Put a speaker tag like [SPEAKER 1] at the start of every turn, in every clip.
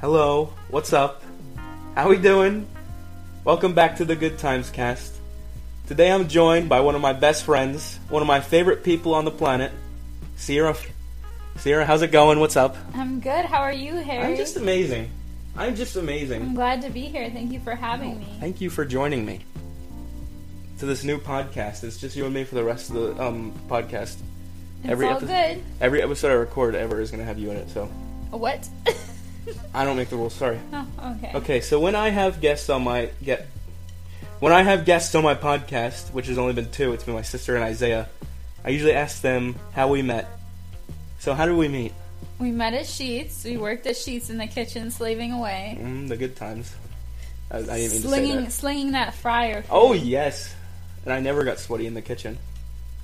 [SPEAKER 1] Hello, what's up? How we doing? Welcome back to the Good Times Cast. Today I'm joined by one of my best friends, one of my favorite people on the planet, Sierra. Sierra, how's it going? What's up?
[SPEAKER 2] I'm good. How are you, Harry?
[SPEAKER 1] I'm just amazing. I'm just amazing.
[SPEAKER 2] I'm glad to be here. Thank you for having me.
[SPEAKER 1] Thank you for joining me to this new podcast. It's just you and me for the rest of the um, podcast.
[SPEAKER 2] It's
[SPEAKER 1] every
[SPEAKER 2] all
[SPEAKER 1] epi-
[SPEAKER 2] good.
[SPEAKER 1] Every episode I record ever is going to have you in it, so
[SPEAKER 2] What?
[SPEAKER 1] I don't make the rules. Sorry.
[SPEAKER 2] oh, okay.
[SPEAKER 1] Okay, so when I have guests on my get when I have guests on my podcast, which has only been two, it's been my sister and Isaiah. I usually ask them how we met. So how did we meet?
[SPEAKER 2] We met at Sheets. We worked at Sheets in the kitchen, slaving away,
[SPEAKER 1] Mm, the good times. I, I didn't mean
[SPEAKER 2] slinging,
[SPEAKER 1] to say that.
[SPEAKER 2] slinging that fryer.
[SPEAKER 1] Oh yes, and I never got sweaty in the kitchen.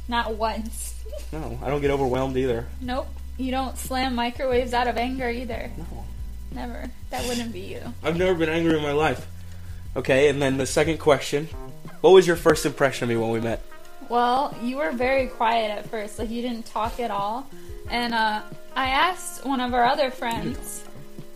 [SPEAKER 2] Not once.
[SPEAKER 1] No, I don't get overwhelmed either.
[SPEAKER 2] nope. You don't slam microwaves out of anger either.
[SPEAKER 1] No,
[SPEAKER 2] Never. That wouldn't be you.
[SPEAKER 1] I've never been angry in my life. Okay, and then the second question: What was your first impression of me when we met?
[SPEAKER 2] Well, you were very quiet at first, like you didn't talk at all. And uh, I asked one of our other friends,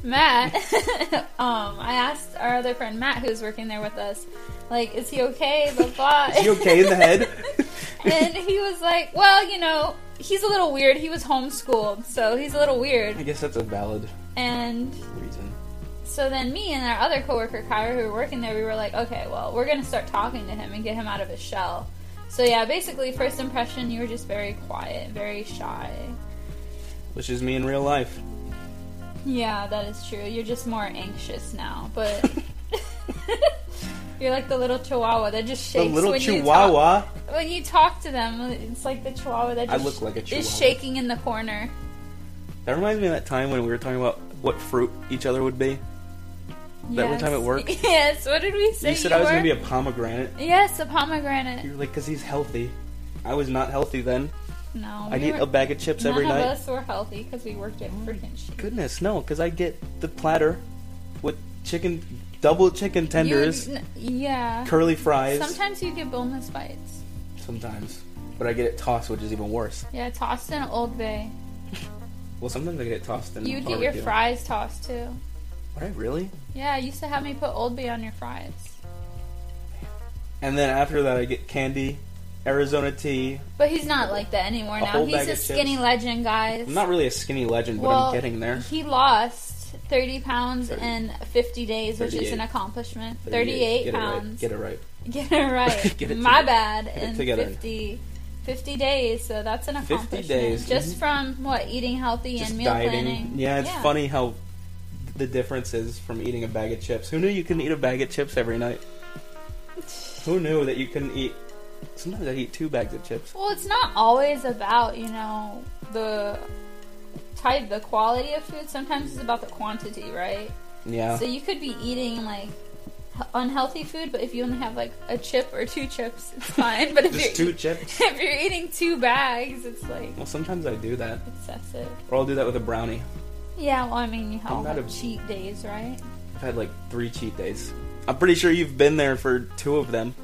[SPEAKER 2] Matt. um, I asked our other friend Matt, who's working there with us, like, is he okay? Blah blah.
[SPEAKER 1] Is he okay in the head?
[SPEAKER 2] and he was like, well, you know, he's a little weird. He was homeschooled, so he's a little
[SPEAKER 1] I
[SPEAKER 2] weird.
[SPEAKER 1] guess that's a valid
[SPEAKER 2] And
[SPEAKER 1] reason.
[SPEAKER 2] so then me and our other coworker Kyra, who were working there, we were like, okay, well, we're gonna start talking to him and get him out of his shell. So yeah, basically, first impression, you were just very quiet, very shy.
[SPEAKER 1] Which is me in real life.
[SPEAKER 2] Yeah, that is true. You're just more anxious now, but you're like the little chihuahua that just
[SPEAKER 1] The
[SPEAKER 2] shakes.
[SPEAKER 1] little
[SPEAKER 2] when You
[SPEAKER 1] chihuahua.
[SPEAKER 2] talk, when you talk to them, it's like the chihuahua that
[SPEAKER 1] I
[SPEAKER 2] just
[SPEAKER 1] look like a chihuahua.
[SPEAKER 2] is shaking in the corner.
[SPEAKER 1] That reminds me of that time when we were talking about what fruit each other would be. That one time at work?
[SPEAKER 2] Yes. What did we say?
[SPEAKER 1] you said I was
[SPEAKER 2] were?
[SPEAKER 1] going to be a pomegranate.
[SPEAKER 2] Yes, a pomegranate.
[SPEAKER 1] You were like, because he's healthy. I was not healthy then.
[SPEAKER 2] No,
[SPEAKER 1] I'd
[SPEAKER 2] we
[SPEAKER 1] eat
[SPEAKER 2] Oh, were-
[SPEAKER 1] a bag of chips
[SPEAKER 2] None
[SPEAKER 1] every
[SPEAKER 2] of
[SPEAKER 1] night.
[SPEAKER 2] us were healthy because we worked at freaking shit.
[SPEAKER 1] Goodness, no, because I get the platter with chicken, double chicken tenders,
[SPEAKER 2] You- n- yeah.
[SPEAKER 1] curly fries.
[SPEAKER 2] Sometimes you get boneless bites.
[SPEAKER 1] Sometimes. But I get it tossed, which is even worse.
[SPEAKER 2] Yeah, tossed in Old Bay.
[SPEAKER 1] Well, sometimes I get it tossed in
[SPEAKER 2] You'd get your
[SPEAKER 1] barbecue.
[SPEAKER 2] fries tossed too.
[SPEAKER 1] Would I really?
[SPEAKER 2] Yeah, I used to have me put Old Bay on your fries.
[SPEAKER 1] And then after that, I get candy, Arizona tea.
[SPEAKER 2] But he's not like that anymore
[SPEAKER 1] A
[SPEAKER 2] now.
[SPEAKER 1] whole
[SPEAKER 2] He's
[SPEAKER 1] bag
[SPEAKER 2] a
[SPEAKER 1] of
[SPEAKER 2] skinny
[SPEAKER 1] chips.
[SPEAKER 2] legend, guys.
[SPEAKER 1] I'm not really a skinny legend, but
[SPEAKER 2] Well,
[SPEAKER 1] I'm getting there.
[SPEAKER 2] He lost 30 pounds
[SPEAKER 1] 30.
[SPEAKER 2] in 50 days, which is
[SPEAKER 1] 38.
[SPEAKER 2] an accomplishment. 38,
[SPEAKER 1] Get it right.
[SPEAKER 2] pounds.
[SPEAKER 1] Get it right.
[SPEAKER 2] Get it right.
[SPEAKER 1] Get it
[SPEAKER 2] My
[SPEAKER 1] together.
[SPEAKER 2] bad.
[SPEAKER 1] it
[SPEAKER 2] In
[SPEAKER 1] together.
[SPEAKER 2] 50, 50 days, so that's an
[SPEAKER 1] 50
[SPEAKER 2] accomplishment.
[SPEAKER 1] days,
[SPEAKER 2] Just
[SPEAKER 1] mhm.
[SPEAKER 2] from what eating healthy
[SPEAKER 1] Just
[SPEAKER 2] and meal
[SPEAKER 1] dieting.
[SPEAKER 2] planning.
[SPEAKER 1] Yeah, it's funny how the difference is from eating a bag of chips. Who knew you couldn't eat a bag of chips every night? Who knew that you couldn't eat? Sometimes I eat two bags of chips.
[SPEAKER 2] Well, it's not always about you know the type, the quality of food. Sometimes it's about the quantity, right?
[SPEAKER 1] Yeah.
[SPEAKER 2] So you could be eating like h- unhealthy food, but if you only have like a chip or two chips, it's fine. But if
[SPEAKER 1] Just
[SPEAKER 2] you're
[SPEAKER 1] two chips.
[SPEAKER 2] if you're eating two bags, it's like
[SPEAKER 1] Well, sometimes I do that,
[SPEAKER 2] excessive.
[SPEAKER 1] or I'll do that with a brownie.
[SPEAKER 2] Yeah, well, I mean, you have
[SPEAKER 1] I'm not
[SPEAKER 2] like,
[SPEAKER 1] a-
[SPEAKER 2] cheat days, right?
[SPEAKER 1] I've had like three cheat days. I'm pretty sure you've been there for two of them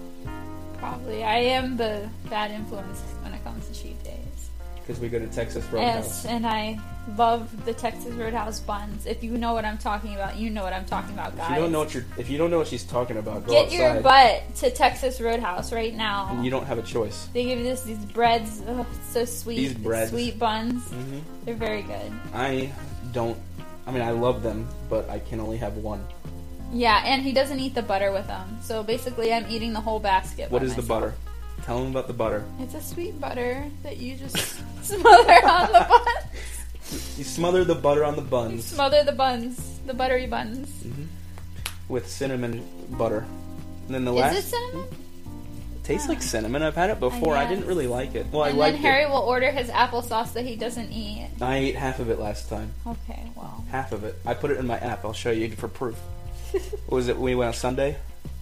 [SPEAKER 2] Probably. I am the bad influence when it comes to cheat days.
[SPEAKER 1] because we go to Texas
[SPEAKER 2] Yes,
[SPEAKER 1] Roadhouse.
[SPEAKER 2] and I love the Texas Roadhouse buns. If you know what I'm talking about, you know what I'm talking about, guys.
[SPEAKER 1] If you don't know what you're, if you don't know what she's talking about, go
[SPEAKER 2] Get
[SPEAKER 1] outside.
[SPEAKER 2] your butt to Texas Roadhouse right now.
[SPEAKER 1] And you don't have a choice.
[SPEAKER 2] They give this these breads, ugh, it's so sweet.
[SPEAKER 1] These
[SPEAKER 2] the
[SPEAKER 1] breads.
[SPEAKER 2] sweet buns.
[SPEAKER 1] hmm
[SPEAKER 2] They're very good.
[SPEAKER 1] I don't. I mean, I love them, but I can only have one.
[SPEAKER 2] Yeah, and he doesn't eat the butter with them, so basically I'm eating the whole basket.
[SPEAKER 1] What
[SPEAKER 2] by
[SPEAKER 1] is the
[SPEAKER 2] myself.
[SPEAKER 1] butter? Tell them about the butter.
[SPEAKER 2] It's a sweet butter that you just smother on the buns.
[SPEAKER 1] You smother the butter on the
[SPEAKER 2] You
[SPEAKER 1] buns
[SPEAKER 2] smother the buns, the buttery buns.
[SPEAKER 1] Mm-hmm. with cinnamon butter. And then the
[SPEAKER 2] Is
[SPEAKER 1] last
[SPEAKER 2] it cinnamon?
[SPEAKER 1] tastes like cinnamon. I've had it before. I, didn't
[SPEAKER 2] guess.
[SPEAKER 1] really like it. Well,
[SPEAKER 2] and
[SPEAKER 1] Oh, I
[SPEAKER 2] then
[SPEAKER 1] liked
[SPEAKER 2] Harry will order his applesauce that he doesn't eat.
[SPEAKER 1] it. I ate half of it last time.
[SPEAKER 2] Okay, well,
[SPEAKER 1] Half of it. I put it in my app. I'll show you for proof. What was it? We went on Sunday.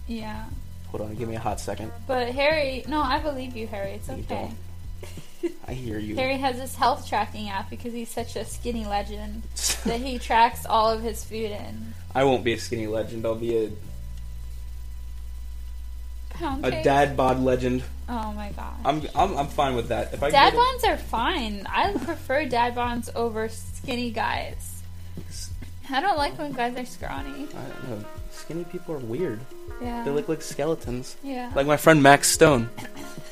[SPEAKER 2] yeah.
[SPEAKER 1] Hold on. Give me a hot second.
[SPEAKER 2] But Harry, no, I believe you, Harry. It's
[SPEAKER 1] You
[SPEAKER 2] okay.
[SPEAKER 1] I hear you.
[SPEAKER 2] Harry has this health tracking app because he's such a skinny legend that he tracks all of his food in.
[SPEAKER 1] I won't be a skinny legend. I'll be a,
[SPEAKER 2] Pound
[SPEAKER 1] a
[SPEAKER 2] cake?
[SPEAKER 1] dad bod legend.
[SPEAKER 2] Oh my god.
[SPEAKER 1] I'm, I'm I'm fine with that. If I can
[SPEAKER 2] dad
[SPEAKER 1] get
[SPEAKER 2] bonds are fine. I prefer dad bonds over skinny guys.
[SPEAKER 1] a-
[SPEAKER 2] I don't like when guys are scrawny.
[SPEAKER 1] I don't know. Skinny people are weird.
[SPEAKER 2] Yeah.
[SPEAKER 1] They look like skeletons.
[SPEAKER 2] yeah.
[SPEAKER 1] Like my friend Max Stone.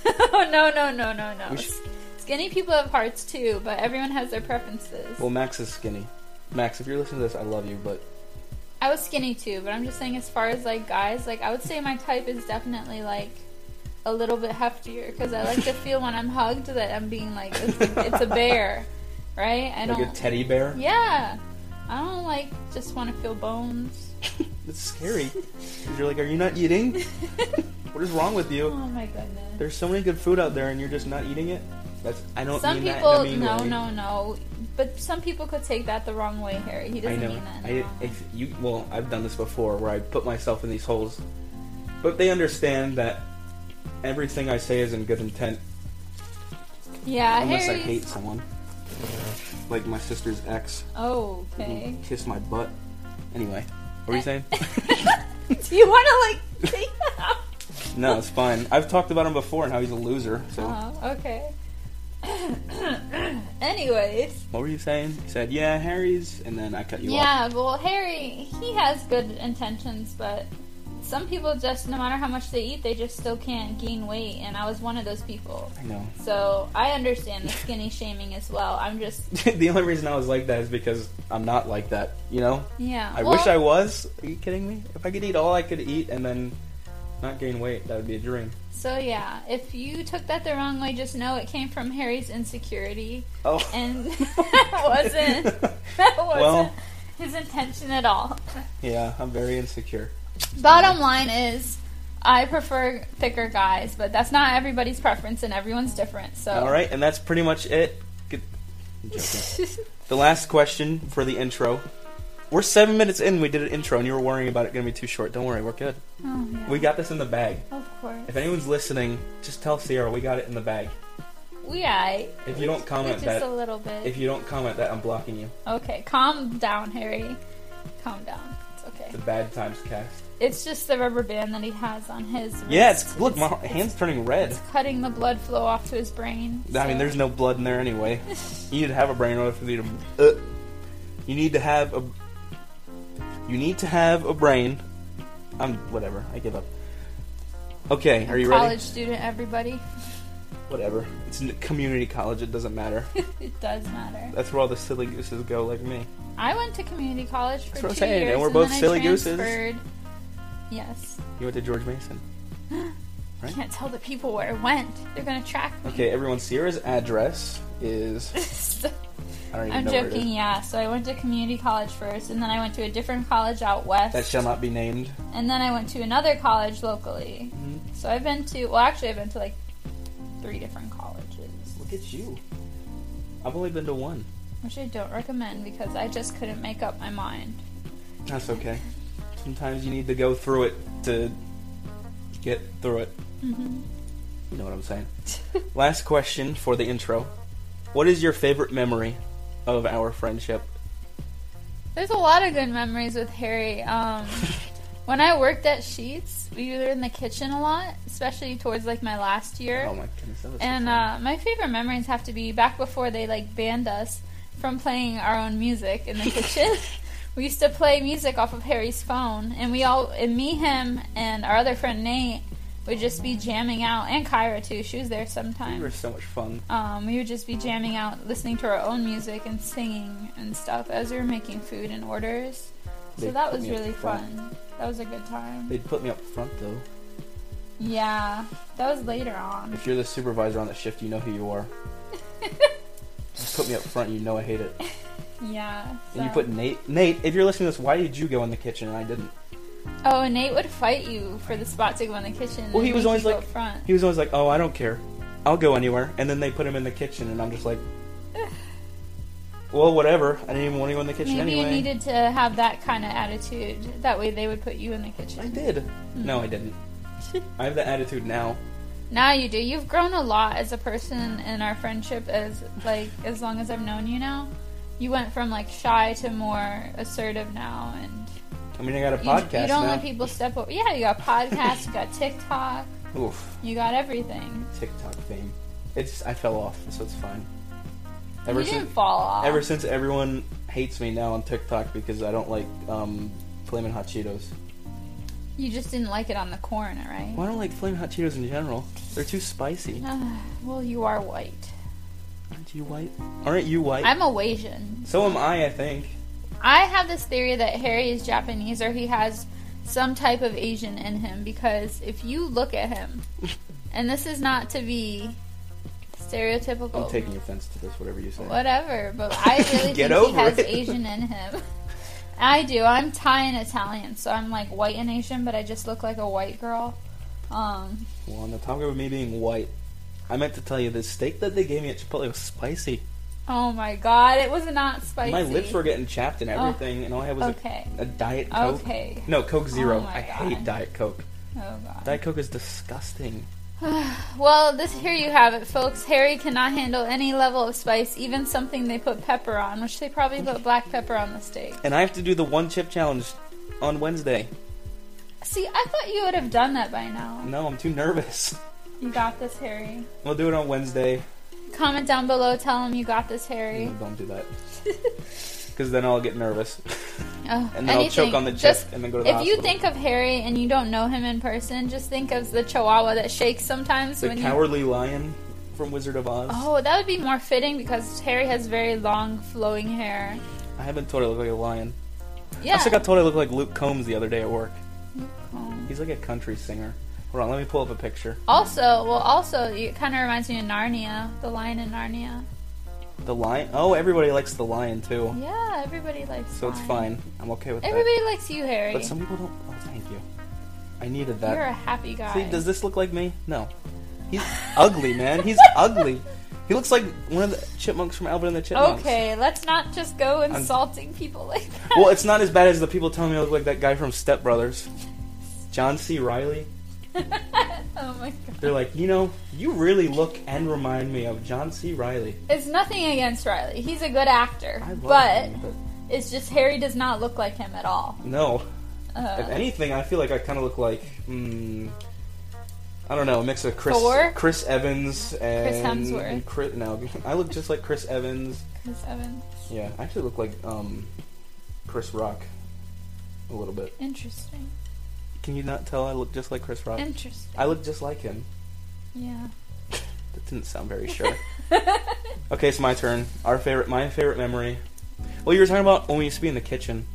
[SPEAKER 2] oh no no no no no.
[SPEAKER 1] We should-
[SPEAKER 2] Skinny people have hearts too, but everyone has their preferences.
[SPEAKER 1] Well, Max is skinny. Max, if you're listening to this, I love you, but
[SPEAKER 2] I was skinny too, but I'm just saying as far as like guys, like I would say my type is definitely like a little bit heftier because I like to feel when I'm hugged that I'm being like it's, it's a bear, right? I
[SPEAKER 1] like
[SPEAKER 2] don't.
[SPEAKER 1] a teddy bear.
[SPEAKER 2] yeah, I don't like just want to feel bones.
[SPEAKER 1] It's scary. 'Cause you're like, are you not eating? what is wrong with
[SPEAKER 2] Oh
[SPEAKER 1] you?
[SPEAKER 2] my goodness.
[SPEAKER 1] There's so many good food out there, and you're just not eating it. That's I don't.
[SPEAKER 2] some
[SPEAKER 1] mean that in a
[SPEAKER 2] people
[SPEAKER 1] mean
[SPEAKER 2] no
[SPEAKER 1] way.
[SPEAKER 2] no no, but some people could take that the wrong way, Harry. He
[SPEAKER 1] I
[SPEAKER 2] doesn't
[SPEAKER 1] know.
[SPEAKER 2] mean that.
[SPEAKER 1] I
[SPEAKER 2] no.
[SPEAKER 1] if you well, I've done this before where I put myself in these holes, but they understand that everything I say is in good intent,
[SPEAKER 2] yeah,
[SPEAKER 1] unless
[SPEAKER 2] Harry.
[SPEAKER 1] I hate someone, like my sister's ex.
[SPEAKER 2] Oh,
[SPEAKER 1] who
[SPEAKER 2] okay.
[SPEAKER 1] Kissed my butt. Anyway, what were you saying?
[SPEAKER 2] Do you want to like take that out?
[SPEAKER 1] no, it's fine. I've talked about him before and how he's a loser. So
[SPEAKER 2] Uh-huh, okay. Anyways,
[SPEAKER 1] what were you saying? You said yeah, Harry's, and then I cut you off.
[SPEAKER 2] yeah, well, Harry, he has good intentions, but some people just, no matter how much they eat, they just still can't gain weight, and I was one of those people.
[SPEAKER 1] I know.
[SPEAKER 2] So I understand the skinny shaming as well. I'm just,
[SPEAKER 1] the only reason I was like that is because I'm not like that. You know,
[SPEAKER 2] yeah.
[SPEAKER 1] I
[SPEAKER 2] well,
[SPEAKER 1] wish I was. Are you kidding me? If I could eat all I could eat and then not gain weight, that would be a dream.
[SPEAKER 2] So yeah, if you took that the wrong way, just know it came from Harry's insecurity,
[SPEAKER 1] Oh,
[SPEAKER 2] and that wasn't that wasn't
[SPEAKER 1] Well-
[SPEAKER 2] his intention at all.
[SPEAKER 1] yeah, I'm very insecure.
[SPEAKER 2] Bottom line is, I prefer thicker guys, but that's not everybody's preference, and everyone's different. So,
[SPEAKER 1] All right, and that's pretty much it. Good. I'm joking. the last question for the intro. We're seven minutes in. We did an intro, and you were worrying about it going to be too short. Don't worry, we're good.
[SPEAKER 2] oh, yeah.
[SPEAKER 1] We got this in the bag.
[SPEAKER 2] of course,
[SPEAKER 1] If anyone's listening, just tell Sierra we got it in the bag.
[SPEAKER 2] we I.
[SPEAKER 1] If you don't comment
[SPEAKER 2] just
[SPEAKER 1] that,
[SPEAKER 2] a little bit.
[SPEAKER 1] if you don't comment that, I'm blocking you.
[SPEAKER 2] okay, calm down, Harry. Calm down. It's okay.
[SPEAKER 1] The bad times cast.
[SPEAKER 2] It's just the rubber band that he has on his. Wrist.
[SPEAKER 1] Yeah, it's look, my hand's turning red.
[SPEAKER 2] It's cutting the blood flow off to his brain.
[SPEAKER 1] I mean,
[SPEAKER 2] so-
[SPEAKER 1] there's no blood in there anyway. You need to have a brain in order for you to. Uh, you need to have a. You need to have a brain. I'm whatever. I give up. Okay, are you
[SPEAKER 2] college
[SPEAKER 1] ready?
[SPEAKER 2] student, everybody.
[SPEAKER 1] Whatever. It's a community college. It doesn't matter.
[SPEAKER 2] it does matter.
[SPEAKER 1] That's where all the silly gooses go, like me.
[SPEAKER 2] I went to community college for
[SPEAKER 1] That's
[SPEAKER 2] two
[SPEAKER 1] what I'm saying, and
[SPEAKER 2] years,
[SPEAKER 1] we're both
[SPEAKER 2] then I
[SPEAKER 1] silly gooses.
[SPEAKER 2] transferred. Yes.
[SPEAKER 1] You went to George Mason.
[SPEAKER 2] I
[SPEAKER 1] Right?
[SPEAKER 2] can't tell the people where I went. They're gonna track me.
[SPEAKER 1] Okay, everyone. Sierra's address is. I don't even
[SPEAKER 2] I'm
[SPEAKER 1] know where it
[SPEAKER 2] joking,
[SPEAKER 1] is.
[SPEAKER 2] yeah. So I went to community college first, and then I went to a different college out west,
[SPEAKER 1] That shall not be named.
[SPEAKER 2] and then I went to another college locally.
[SPEAKER 1] Mhm.
[SPEAKER 2] So I've been to, well, actually, I've been to like three different colleges,
[SPEAKER 1] Look at you. I've only been to one.
[SPEAKER 2] which I don't recommend because I just couldn't make up my mind.
[SPEAKER 1] That's okay. Sometimes you need to go through it to get through it.
[SPEAKER 2] hmm
[SPEAKER 1] You know what I'm saying? Last question for the intro. What is your favorite memory of our friendship?
[SPEAKER 2] There's a lot of good memories with Harry. Um, when I worked at Sheets, we were in the kitchen a lot, especially towards like my last year.
[SPEAKER 1] Oh my goodness, that was so
[SPEAKER 2] And
[SPEAKER 1] fun.
[SPEAKER 2] uh, my favorite memories have to be back before they like banned us from playing our own music in the kitchen. we used to play music off of Harry's phone, and we all, and me, him, and our other friend Nate would just be jamming out, and Kyra too. She was there
[SPEAKER 1] you were
[SPEAKER 2] sometimes.
[SPEAKER 1] so much fun.
[SPEAKER 2] Um, we would just be jamming out, listening to our own music and singing and stuff as we were making food and orders.
[SPEAKER 1] They
[SPEAKER 2] So that
[SPEAKER 1] put
[SPEAKER 2] was
[SPEAKER 1] me up
[SPEAKER 2] really
[SPEAKER 1] front.
[SPEAKER 2] fun. That was a good time.
[SPEAKER 1] They'd put me up front though.
[SPEAKER 2] Yeah, that was later on.
[SPEAKER 1] If you're the supervisor on the shift, you know who you are. Just put me up front, you know I hate it.
[SPEAKER 2] Yeah.
[SPEAKER 1] And you
[SPEAKER 2] so-
[SPEAKER 1] put Nate. Nate, if you're listening to this, why did you go in the kitchen and I didn't?
[SPEAKER 2] Oh, and Nate would fight you for the spot to go in the kitchen.
[SPEAKER 1] Well, he
[SPEAKER 2] and
[SPEAKER 1] was
[SPEAKER 2] make
[SPEAKER 1] always
[SPEAKER 2] you go
[SPEAKER 1] like-
[SPEAKER 2] up front.
[SPEAKER 1] He was always like, "Oh, I don't care. I'll go anywhere." And then they put him in the kitchen, and I'm just like, "Well, whatever. I didn't even want to go in the kitchen
[SPEAKER 2] Maybe
[SPEAKER 1] anyway."
[SPEAKER 2] you needed to have that kind of attitude. That way, they would put you in the
[SPEAKER 1] I
[SPEAKER 2] kitchen.
[SPEAKER 1] did. No, I didn't. I have that attitude now.
[SPEAKER 2] Now you do. You've grown a lot as a person in our friendship. As like as long as I've known you now, you went from like shy to more assertive now, and
[SPEAKER 1] I mean, I got a
[SPEAKER 2] you,
[SPEAKER 1] podcast
[SPEAKER 2] you don't
[SPEAKER 1] now.
[SPEAKER 2] let people step over. Yeah, you got podcasts, you got TikTok,
[SPEAKER 1] Oof,
[SPEAKER 2] you got everything.
[SPEAKER 1] TikTok fame. It's I fell off, so it's fine. Ever
[SPEAKER 2] you
[SPEAKER 1] since
[SPEAKER 2] didn't fall off.
[SPEAKER 1] ever since everyone hates me now on TikTok because I don't like um flaming hot Cheetos.
[SPEAKER 2] you just didn't like it on the corner, right?
[SPEAKER 1] Well, I don't like flaming hot Cheetos in general. They're too spicy.
[SPEAKER 2] well, you are white.
[SPEAKER 1] Aren't you white? Aren't you white?
[SPEAKER 2] I'm a Asian.
[SPEAKER 1] so am I, I think.
[SPEAKER 2] I have this theory that Harry is Japanese or he has some type of Asian in him because if you look at him, and this is not to be stereotypical,
[SPEAKER 1] I'm taking offense to this, whatever you say.
[SPEAKER 2] whatever, but I really
[SPEAKER 1] Get
[SPEAKER 2] think he
[SPEAKER 1] over
[SPEAKER 2] has
[SPEAKER 1] it.
[SPEAKER 2] Asian in him. I do. I'm Thai and Italian, so I'm like white and Asian, but I just look like a white girl. Um,
[SPEAKER 1] Well, on the topic of me being white, I meant to tell you the steak that they gave me at Chipotle was spicy.
[SPEAKER 2] oh my god, it was not spicy.
[SPEAKER 1] My lips were getting chapped and
[SPEAKER 2] Oh.
[SPEAKER 1] everything, and all I had was
[SPEAKER 2] Okay.
[SPEAKER 1] a, a Diet Coke.
[SPEAKER 2] Okay. Oh
[SPEAKER 1] No, Coke Zero.
[SPEAKER 2] my
[SPEAKER 1] I
[SPEAKER 2] God.
[SPEAKER 1] hate Diet Coke.
[SPEAKER 2] Oh god.
[SPEAKER 1] Diet Coke is disgusting.
[SPEAKER 2] Well, this here you have it, folks. Harry cannot handle any level of spice, even something they put pepper on, which they probably put black pepper on the steak.
[SPEAKER 1] And I have to do the one chip challenge on Wednesday.
[SPEAKER 2] See, I thought you would have done that by now.
[SPEAKER 1] No, I'm too nervous.
[SPEAKER 2] You got this, Harry.
[SPEAKER 1] We'll do it on Wednesday.
[SPEAKER 2] Comment down below, tell him you got this, Harry.
[SPEAKER 1] No, don't do that. Because then I'll get nervous.
[SPEAKER 2] Ugh,
[SPEAKER 1] Mm-hmm. and then I'll choke on the chip
[SPEAKER 2] Just
[SPEAKER 1] and then go to the
[SPEAKER 2] if
[SPEAKER 1] hospital.
[SPEAKER 2] you think of Harry and you don't know him in person, just think of the Chihuahua that shakes sometimes
[SPEAKER 1] the
[SPEAKER 2] when you.
[SPEAKER 1] Cowardly Lion from Wizard of Oz.
[SPEAKER 2] Oh, that would be more fitting because Harry has very long, flowing hair.
[SPEAKER 1] I haven't told I look like a lion. I
[SPEAKER 2] Yeah.
[SPEAKER 1] also got told I look like Luke Combs the other day at work.
[SPEAKER 2] Oh.
[SPEAKER 1] He's like a country singer. Hold on, let me pull up a picture.
[SPEAKER 2] Also, well, also it kind of reminds me of Narnia, the Lion in Narnia.
[SPEAKER 1] The lion. Oh, everybody likes the lion too.
[SPEAKER 2] Yeah, everybody likes.
[SPEAKER 1] So it's
[SPEAKER 2] Lion.
[SPEAKER 1] fine. I'm okay with
[SPEAKER 2] Everybody likes you,
[SPEAKER 1] that.
[SPEAKER 2] Harry.
[SPEAKER 1] But some people don't. Oh, thank you. I needed
[SPEAKER 2] You're a
[SPEAKER 1] that.
[SPEAKER 2] happy guy.
[SPEAKER 1] See, does this look like me? No. He's ugly, man. He's ugly. He looks like one of the chipmunks from Alvin and the Chipmunks.
[SPEAKER 2] okay, let's not just go insulting people like that.
[SPEAKER 1] Well, it's not as bad as the people telling me I look like that guy from Step Brothers, John C. Riley.
[SPEAKER 2] oh my god.
[SPEAKER 1] They're like, you know, you really look and remind me of John C. Riley.
[SPEAKER 2] It's nothing against Riley. He's a good actor,
[SPEAKER 1] I love
[SPEAKER 2] but
[SPEAKER 1] him, but
[SPEAKER 2] it's just Harry does not look like him at all.
[SPEAKER 1] no. If
[SPEAKER 2] Uh,
[SPEAKER 1] anything, I feel like I kind of look like, mm, I don't know, a mix of Chris
[SPEAKER 2] Thor?
[SPEAKER 1] Chris Evans and
[SPEAKER 2] Hemsworth.
[SPEAKER 1] and Chris, no, I look just like Chris Evans.
[SPEAKER 2] Chris Evans.
[SPEAKER 1] Yeah, I actually look like um, Chris Rock a little bit.
[SPEAKER 2] Interesting.
[SPEAKER 1] Can you not tell I look just like Chris Rock?
[SPEAKER 2] Interesting.
[SPEAKER 1] Uh, I look just like him.
[SPEAKER 2] Yeah.
[SPEAKER 1] That didn't sound very sure. okay, it's my turn. Our favorite, my favorite memory. Well, you were talking about when we used to be in the kitchen.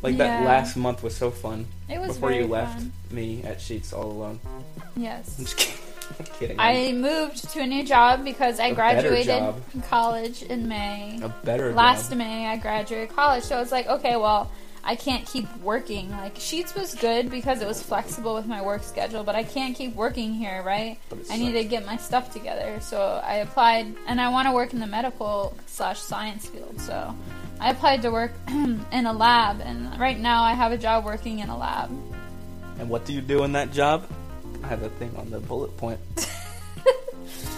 [SPEAKER 1] Like that
[SPEAKER 2] Yeah.
[SPEAKER 1] last month was so fun.
[SPEAKER 2] It was
[SPEAKER 1] before
[SPEAKER 2] very
[SPEAKER 1] you left
[SPEAKER 2] fun.
[SPEAKER 1] me at Sheets all alone. I'm
[SPEAKER 2] Yes.
[SPEAKER 1] just kidding. I'm kidding.
[SPEAKER 2] I moved to a new job because I
[SPEAKER 1] A better
[SPEAKER 2] graduated
[SPEAKER 1] job.
[SPEAKER 2] from college in May.
[SPEAKER 1] a better
[SPEAKER 2] Last
[SPEAKER 1] job.
[SPEAKER 2] May, I graduated college, so I was like, okay, well, I can't keep working. Like Sheets was good because it was flexible with my work schedule, but I can't keep working here, right?
[SPEAKER 1] But it
[SPEAKER 2] I need to get my stuff together, so I applied, and I want to work in the medical slash science field, so I applied to work in a lab, and right now I have a job working in a lab.
[SPEAKER 1] And what do you do in that job? I have a thing on the bullet point.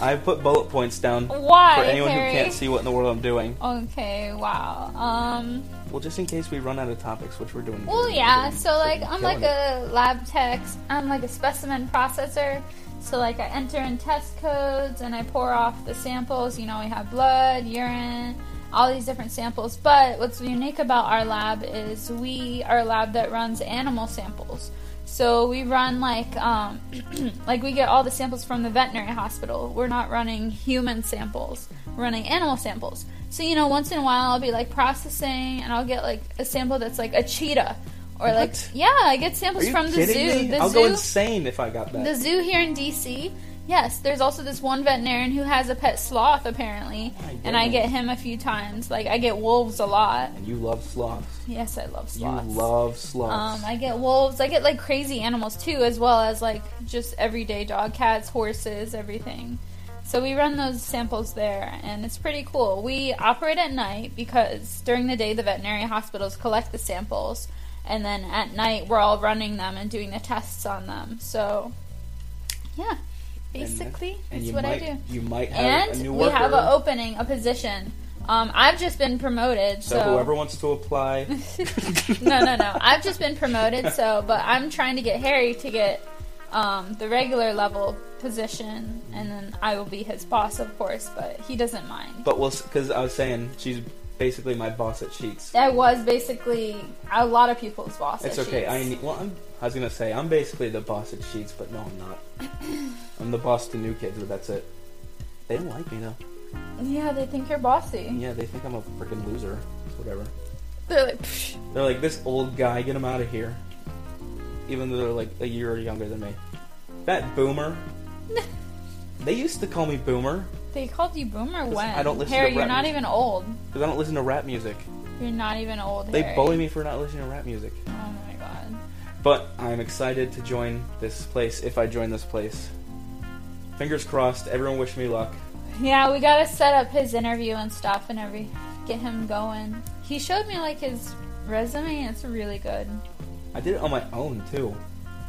[SPEAKER 1] I put bullet points down
[SPEAKER 2] Why,
[SPEAKER 1] for anyone
[SPEAKER 2] Harry?
[SPEAKER 1] who can't see what in the world I'm doing.
[SPEAKER 2] Okay, wow. Um.
[SPEAKER 1] Well, just in case we run out of topics, which we're doing.
[SPEAKER 2] Well,
[SPEAKER 1] good.
[SPEAKER 2] yeah.
[SPEAKER 1] We're
[SPEAKER 2] So, like,
[SPEAKER 1] freaking
[SPEAKER 2] I'm
[SPEAKER 1] killing
[SPEAKER 2] like
[SPEAKER 1] it.
[SPEAKER 2] a lab tech. I'm like a specimen processor. So, like, I enter in test codes and I pour off the samples. You know, we have blood, urine, all these different samples. But what's unique about our lab is we are a lab that runs animal samples. So we run like um, like we get all the samples from the veterinary hospital. We're not running human samples. We're running animal samples. So you know, once in a while I'll be like processing and I'll get like a sample that's like a cheetah or like
[SPEAKER 1] What?
[SPEAKER 2] yeah, I get
[SPEAKER 1] Are
[SPEAKER 2] samples
[SPEAKER 1] you
[SPEAKER 2] from the zoo.
[SPEAKER 1] kidding me?
[SPEAKER 2] The
[SPEAKER 1] I'll
[SPEAKER 2] zoo
[SPEAKER 1] go insane if I got that.
[SPEAKER 2] the zoo here in DC. Yes, there's also this one veterinarian who has a pet sloth apparently,
[SPEAKER 1] Oh My
[SPEAKER 2] and I
[SPEAKER 1] goodness.
[SPEAKER 2] get him a few times. Like I get wolves a lot.
[SPEAKER 1] and you love sloths.
[SPEAKER 2] Yes, I love
[SPEAKER 1] You
[SPEAKER 2] sloths.
[SPEAKER 1] love sloths.
[SPEAKER 2] Um, I get wolves. I get like crazy animals too, as well as like just everyday dog, cats, horses, everything. So we run those samples there, and it's pretty cool. We operate at night because during the day the veterinary hospitals collect the samples, and then at night we're all running them and doing the tests on them. So, yeah, basically
[SPEAKER 1] uh, and
[SPEAKER 2] that's
[SPEAKER 1] you
[SPEAKER 2] what
[SPEAKER 1] might,
[SPEAKER 2] I do.
[SPEAKER 1] You might have a new
[SPEAKER 2] And we
[SPEAKER 1] worker.
[SPEAKER 2] have an opening, a position. Um, I've just been promoted, so,
[SPEAKER 1] so whoever wants to apply,
[SPEAKER 2] no, no, no. I've just been promoted, so but I'm trying to get Harry to get um, the regular level position, and then I will be his boss, of course. But he doesn't mind.
[SPEAKER 1] But we'll, because I was saying she's basically my boss at Sheets.
[SPEAKER 2] I was basically a lot of people's boss.
[SPEAKER 1] It's
[SPEAKER 2] at
[SPEAKER 1] okay.
[SPEAKER 2] Sheetz.
[SPEAKER 1] I need. Well, I'm, I was gonna say I'm basically the boss at Sheets, but no, I'm not. I'm the boss to new kids, but that's it. They don't like me though.
[SPEAKER 2] Yeah, they think you're bossy.
[SPEAKER 1] Yeah, they think I'm a freaking loser. It's whatever.
[SPEAKER 2] They're like, Psh,
[SPEAKER 1] They're like this old guy. Get him out of here. Even though they're like a year younger than me. That boomer. they used to call me boomer
[SPEAKER 2] they called you boomer
[SPEAKER 1] Listen,
[SPEAKER 2] when?
[SPEAKER 1] I don't listen to
[SPEAKER 2] Harry, you're
[SPEAKER 1] rap
[SPEAKER 2] not
[SPEAKER 1] music.
[SPEAKER 2] even old.
[SPEAKER 1] because I don't listen to rap music.
[SPEAKER 2] You're not even old.
[SPEAKER 1] They
[SPEAKER 2] Harry.
[SPEAKER 1] bully me for not listening to rap music.
[SPEAKER 2] Oh my god.
[SPEAKER 1] But I'm excited to join this place if I join this place. Fingers crossed, everyone wish me luck.
[SPEAKER 2] Yeah, we gotta set up his interview and stuff and every get him going. He showed me like his resume and it's really good.
[SPEAKER 1] I did it on my own too.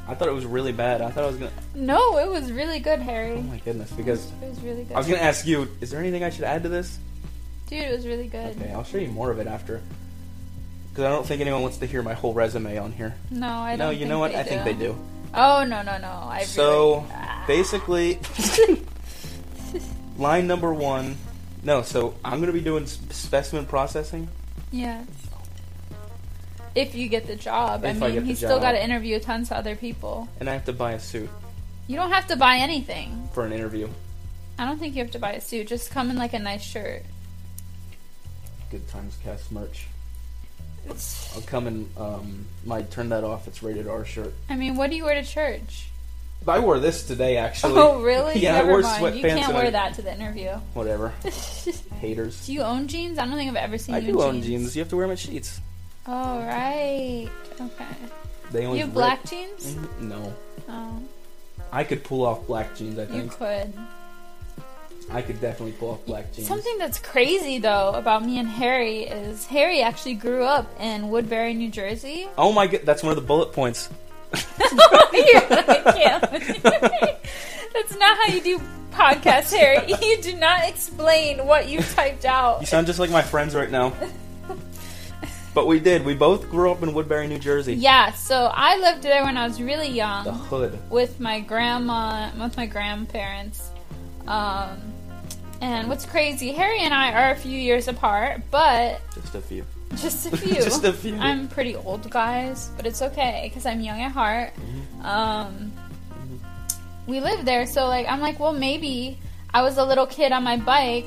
[SPEAKER 1] I thought it was really bad. I thought I was gonna.
[SPEAKER 2] No, it was really good, Harry.
[SPEAKER 1] Oh my goodness, because
[SPEAKER 2] it was really good.
[SPEAKER 1] I was gonna ask you, is there anything I should add to this?
[SPEAKER 2] Dude, it was really good.
[SPEAKER 1] Okay, I'll show you more of it after. Because I don't think anyone wants to hear my whole resume on here.
[SPEAKER 2] No, I don't
[SPEAKER 1] no, you know what?
[SPEAKER 2] They
[SPEAKER 1] I think they do.
[SPEAKER 2] Oh no no no. I
[SPEAKER 1] So,
[SPEAKER 2] really, Ah.
[SPEAKER 1] basically, line number one. No, so I'm gonna be doing s- specimen processing.
[SPEAKER 2] Yeah. If you get the job. I
[SPEAKER 1] If I
[SPEAKER 2] mean
[SPEAKER 1] get the
[SPEAKER 2] he's still
[SPEAKER 1] job.
[SPEAKER 2] gotta interview tons of other people.
[SPEAKER 1] and I have to buy a suit
[SPEAKER 2] You don't have to buy anything.
[SPEAKER 1] for an interview.
[SPEAKER 2] I don't think you have to buy a suit. Just come in like a nice shirt.
[SPEAKER 1] Good times cast merch. I'll come in um, my turn that off. It's rated R shirt.
[SPEAKER 2] I mean, what do you wear to church?
[SPEAKER 1] I wore this today actually.
[SPEAKER 2] Oh, really?
[SPEAKER 1] Yeah,
[SPEAKER 2] Never
[SPEAKER 1] I wore
[SPEAKER 2] mind.
[SPEAKER 1] sweatpants.
[SPEAKER 2] You can't
[SPEAKER 1] and
[SPEAKER 2] wear
[SPEAKER 1] I-
[SPEAKER 2] that to the interview.
[SPEAKER 1] Whatever. Haters.
[SPEAKER 2] Do you own jeans? I don't think I've ever seen
[SPEAKER 1] I
[SPEAKER 2] you
[SPEAKER 1] do
[SPEAKER 2] in
[SPEAKER 1] own jeans. You have to wear them at sheets.
[SPEAKER 2] Oh, right. Okay.
[SPEAKER 1] They only
[SPEAKER 2] You have black jeans?
[SPEAKER 1] Mhm, No,
[SPEAKER 2] Oh,
[SPEAKER 1] I could pull off black jeans. I
[SPEAKER 2] you
[SPEAKER 1] think
[SPEAKER 2] could.
[SPEAKER 1] I could definitely pull off black jeans.
[SPEAKER 2] Something that's crazy, though, about me and Harry is Harry actually grew up in Woodbury, New Jersey.
[SPEAKER 1] Oh my god, that's one of the bullet points.
[SPEAKER 2] You're like, "Can't believe it." that's not how you do podcasts, Harry. You do not explain what you typed
[SPEAKER 1] You
[SPEAKER 2] out.
[SPEAKER 1] sound just like my friends right now. but we did. We both grew up in Woodbury, New Jersey.
[SPEAKER 2] Yeah, so I lived there when I was really young.
[SPEAKER 1] The hood.
[SPEAKER 2] with my grandma, with my grandparents. Um, and what's crazy, Harry and I are a few years apart, but
[SPEAKER 1] Just a few.
[SPEAKER 2] just a few.
[SPEAKER 1] Just a few.
[SPEAKER 2] I'm pretty old, guys, but it's okay because I'm young at heart.
[SPEAKER 1] Mm-hmm.
[SPEAKER 2] Um, we lived there, so like I'm like, well, maybe I was a little kid on my bike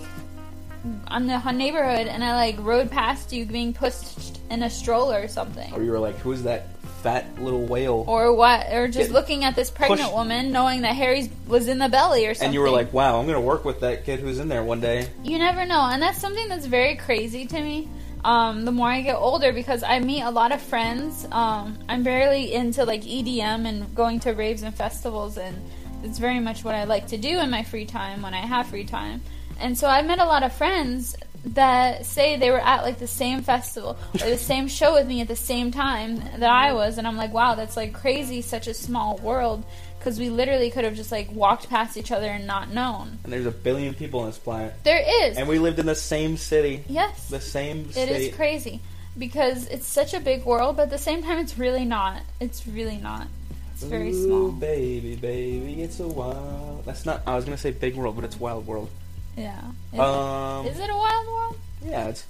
[SPEAKER 2] on the hu- neighborhood, and I like rode past you being pushed in a stroller or something.
[SPEAKER 1] Or you were like, who's that fat little whale?
[SPEAKER 2] or what or just
[SPEAKER 1] Get
[SPEAKER 2] looking at this pregnant
[SPEAKER 1] pushed-
[SPEAKER 2] woman knowing that harry's was in the belly or something
[SPEAKER 1] and you were like, wow, I'm gonna work with that kid who's in there one day.
[SPEAKER 2] you never know and that's something that's very crazy to me um, the more i get older because i meet a lot of friends um, i'm barely into like edm and going to raves and festivals and it's very much what i like to do in my free time when i have free time and so i met a lot of friends that say they were at like the same festival or the same show with me at the same time that i was and i'm like wow that's like crazy such a small world because we literally could have just like walked past each other and not known
[SPEAKER 1] And there's a billion people on this planet.
[SPEAKER 2] there is
[SPEAKER 1] And we lived in the same city.
[SPEAKER 2] Yes.
[SPEAKER 1] The same
[SPEAKER 2] It
[SPEAKER 1] city.
[SPEAKER 2] is crazy because it's such a big world, but at the same time, it's really not. It's really not. It's very
[SPEAKER 1] Ooh,
[SPEAKER 2] small.
[SPEAKER 1] baby, baby, it's a wild. That's not. I was gonna say big world, but it's wild world.
[SPEAKER 2] Yeah. Is,
[SPEAKER 1] Um.
[SPEAKER 2] is it a wild world?
[SPEAKER 1] Yeah. It's.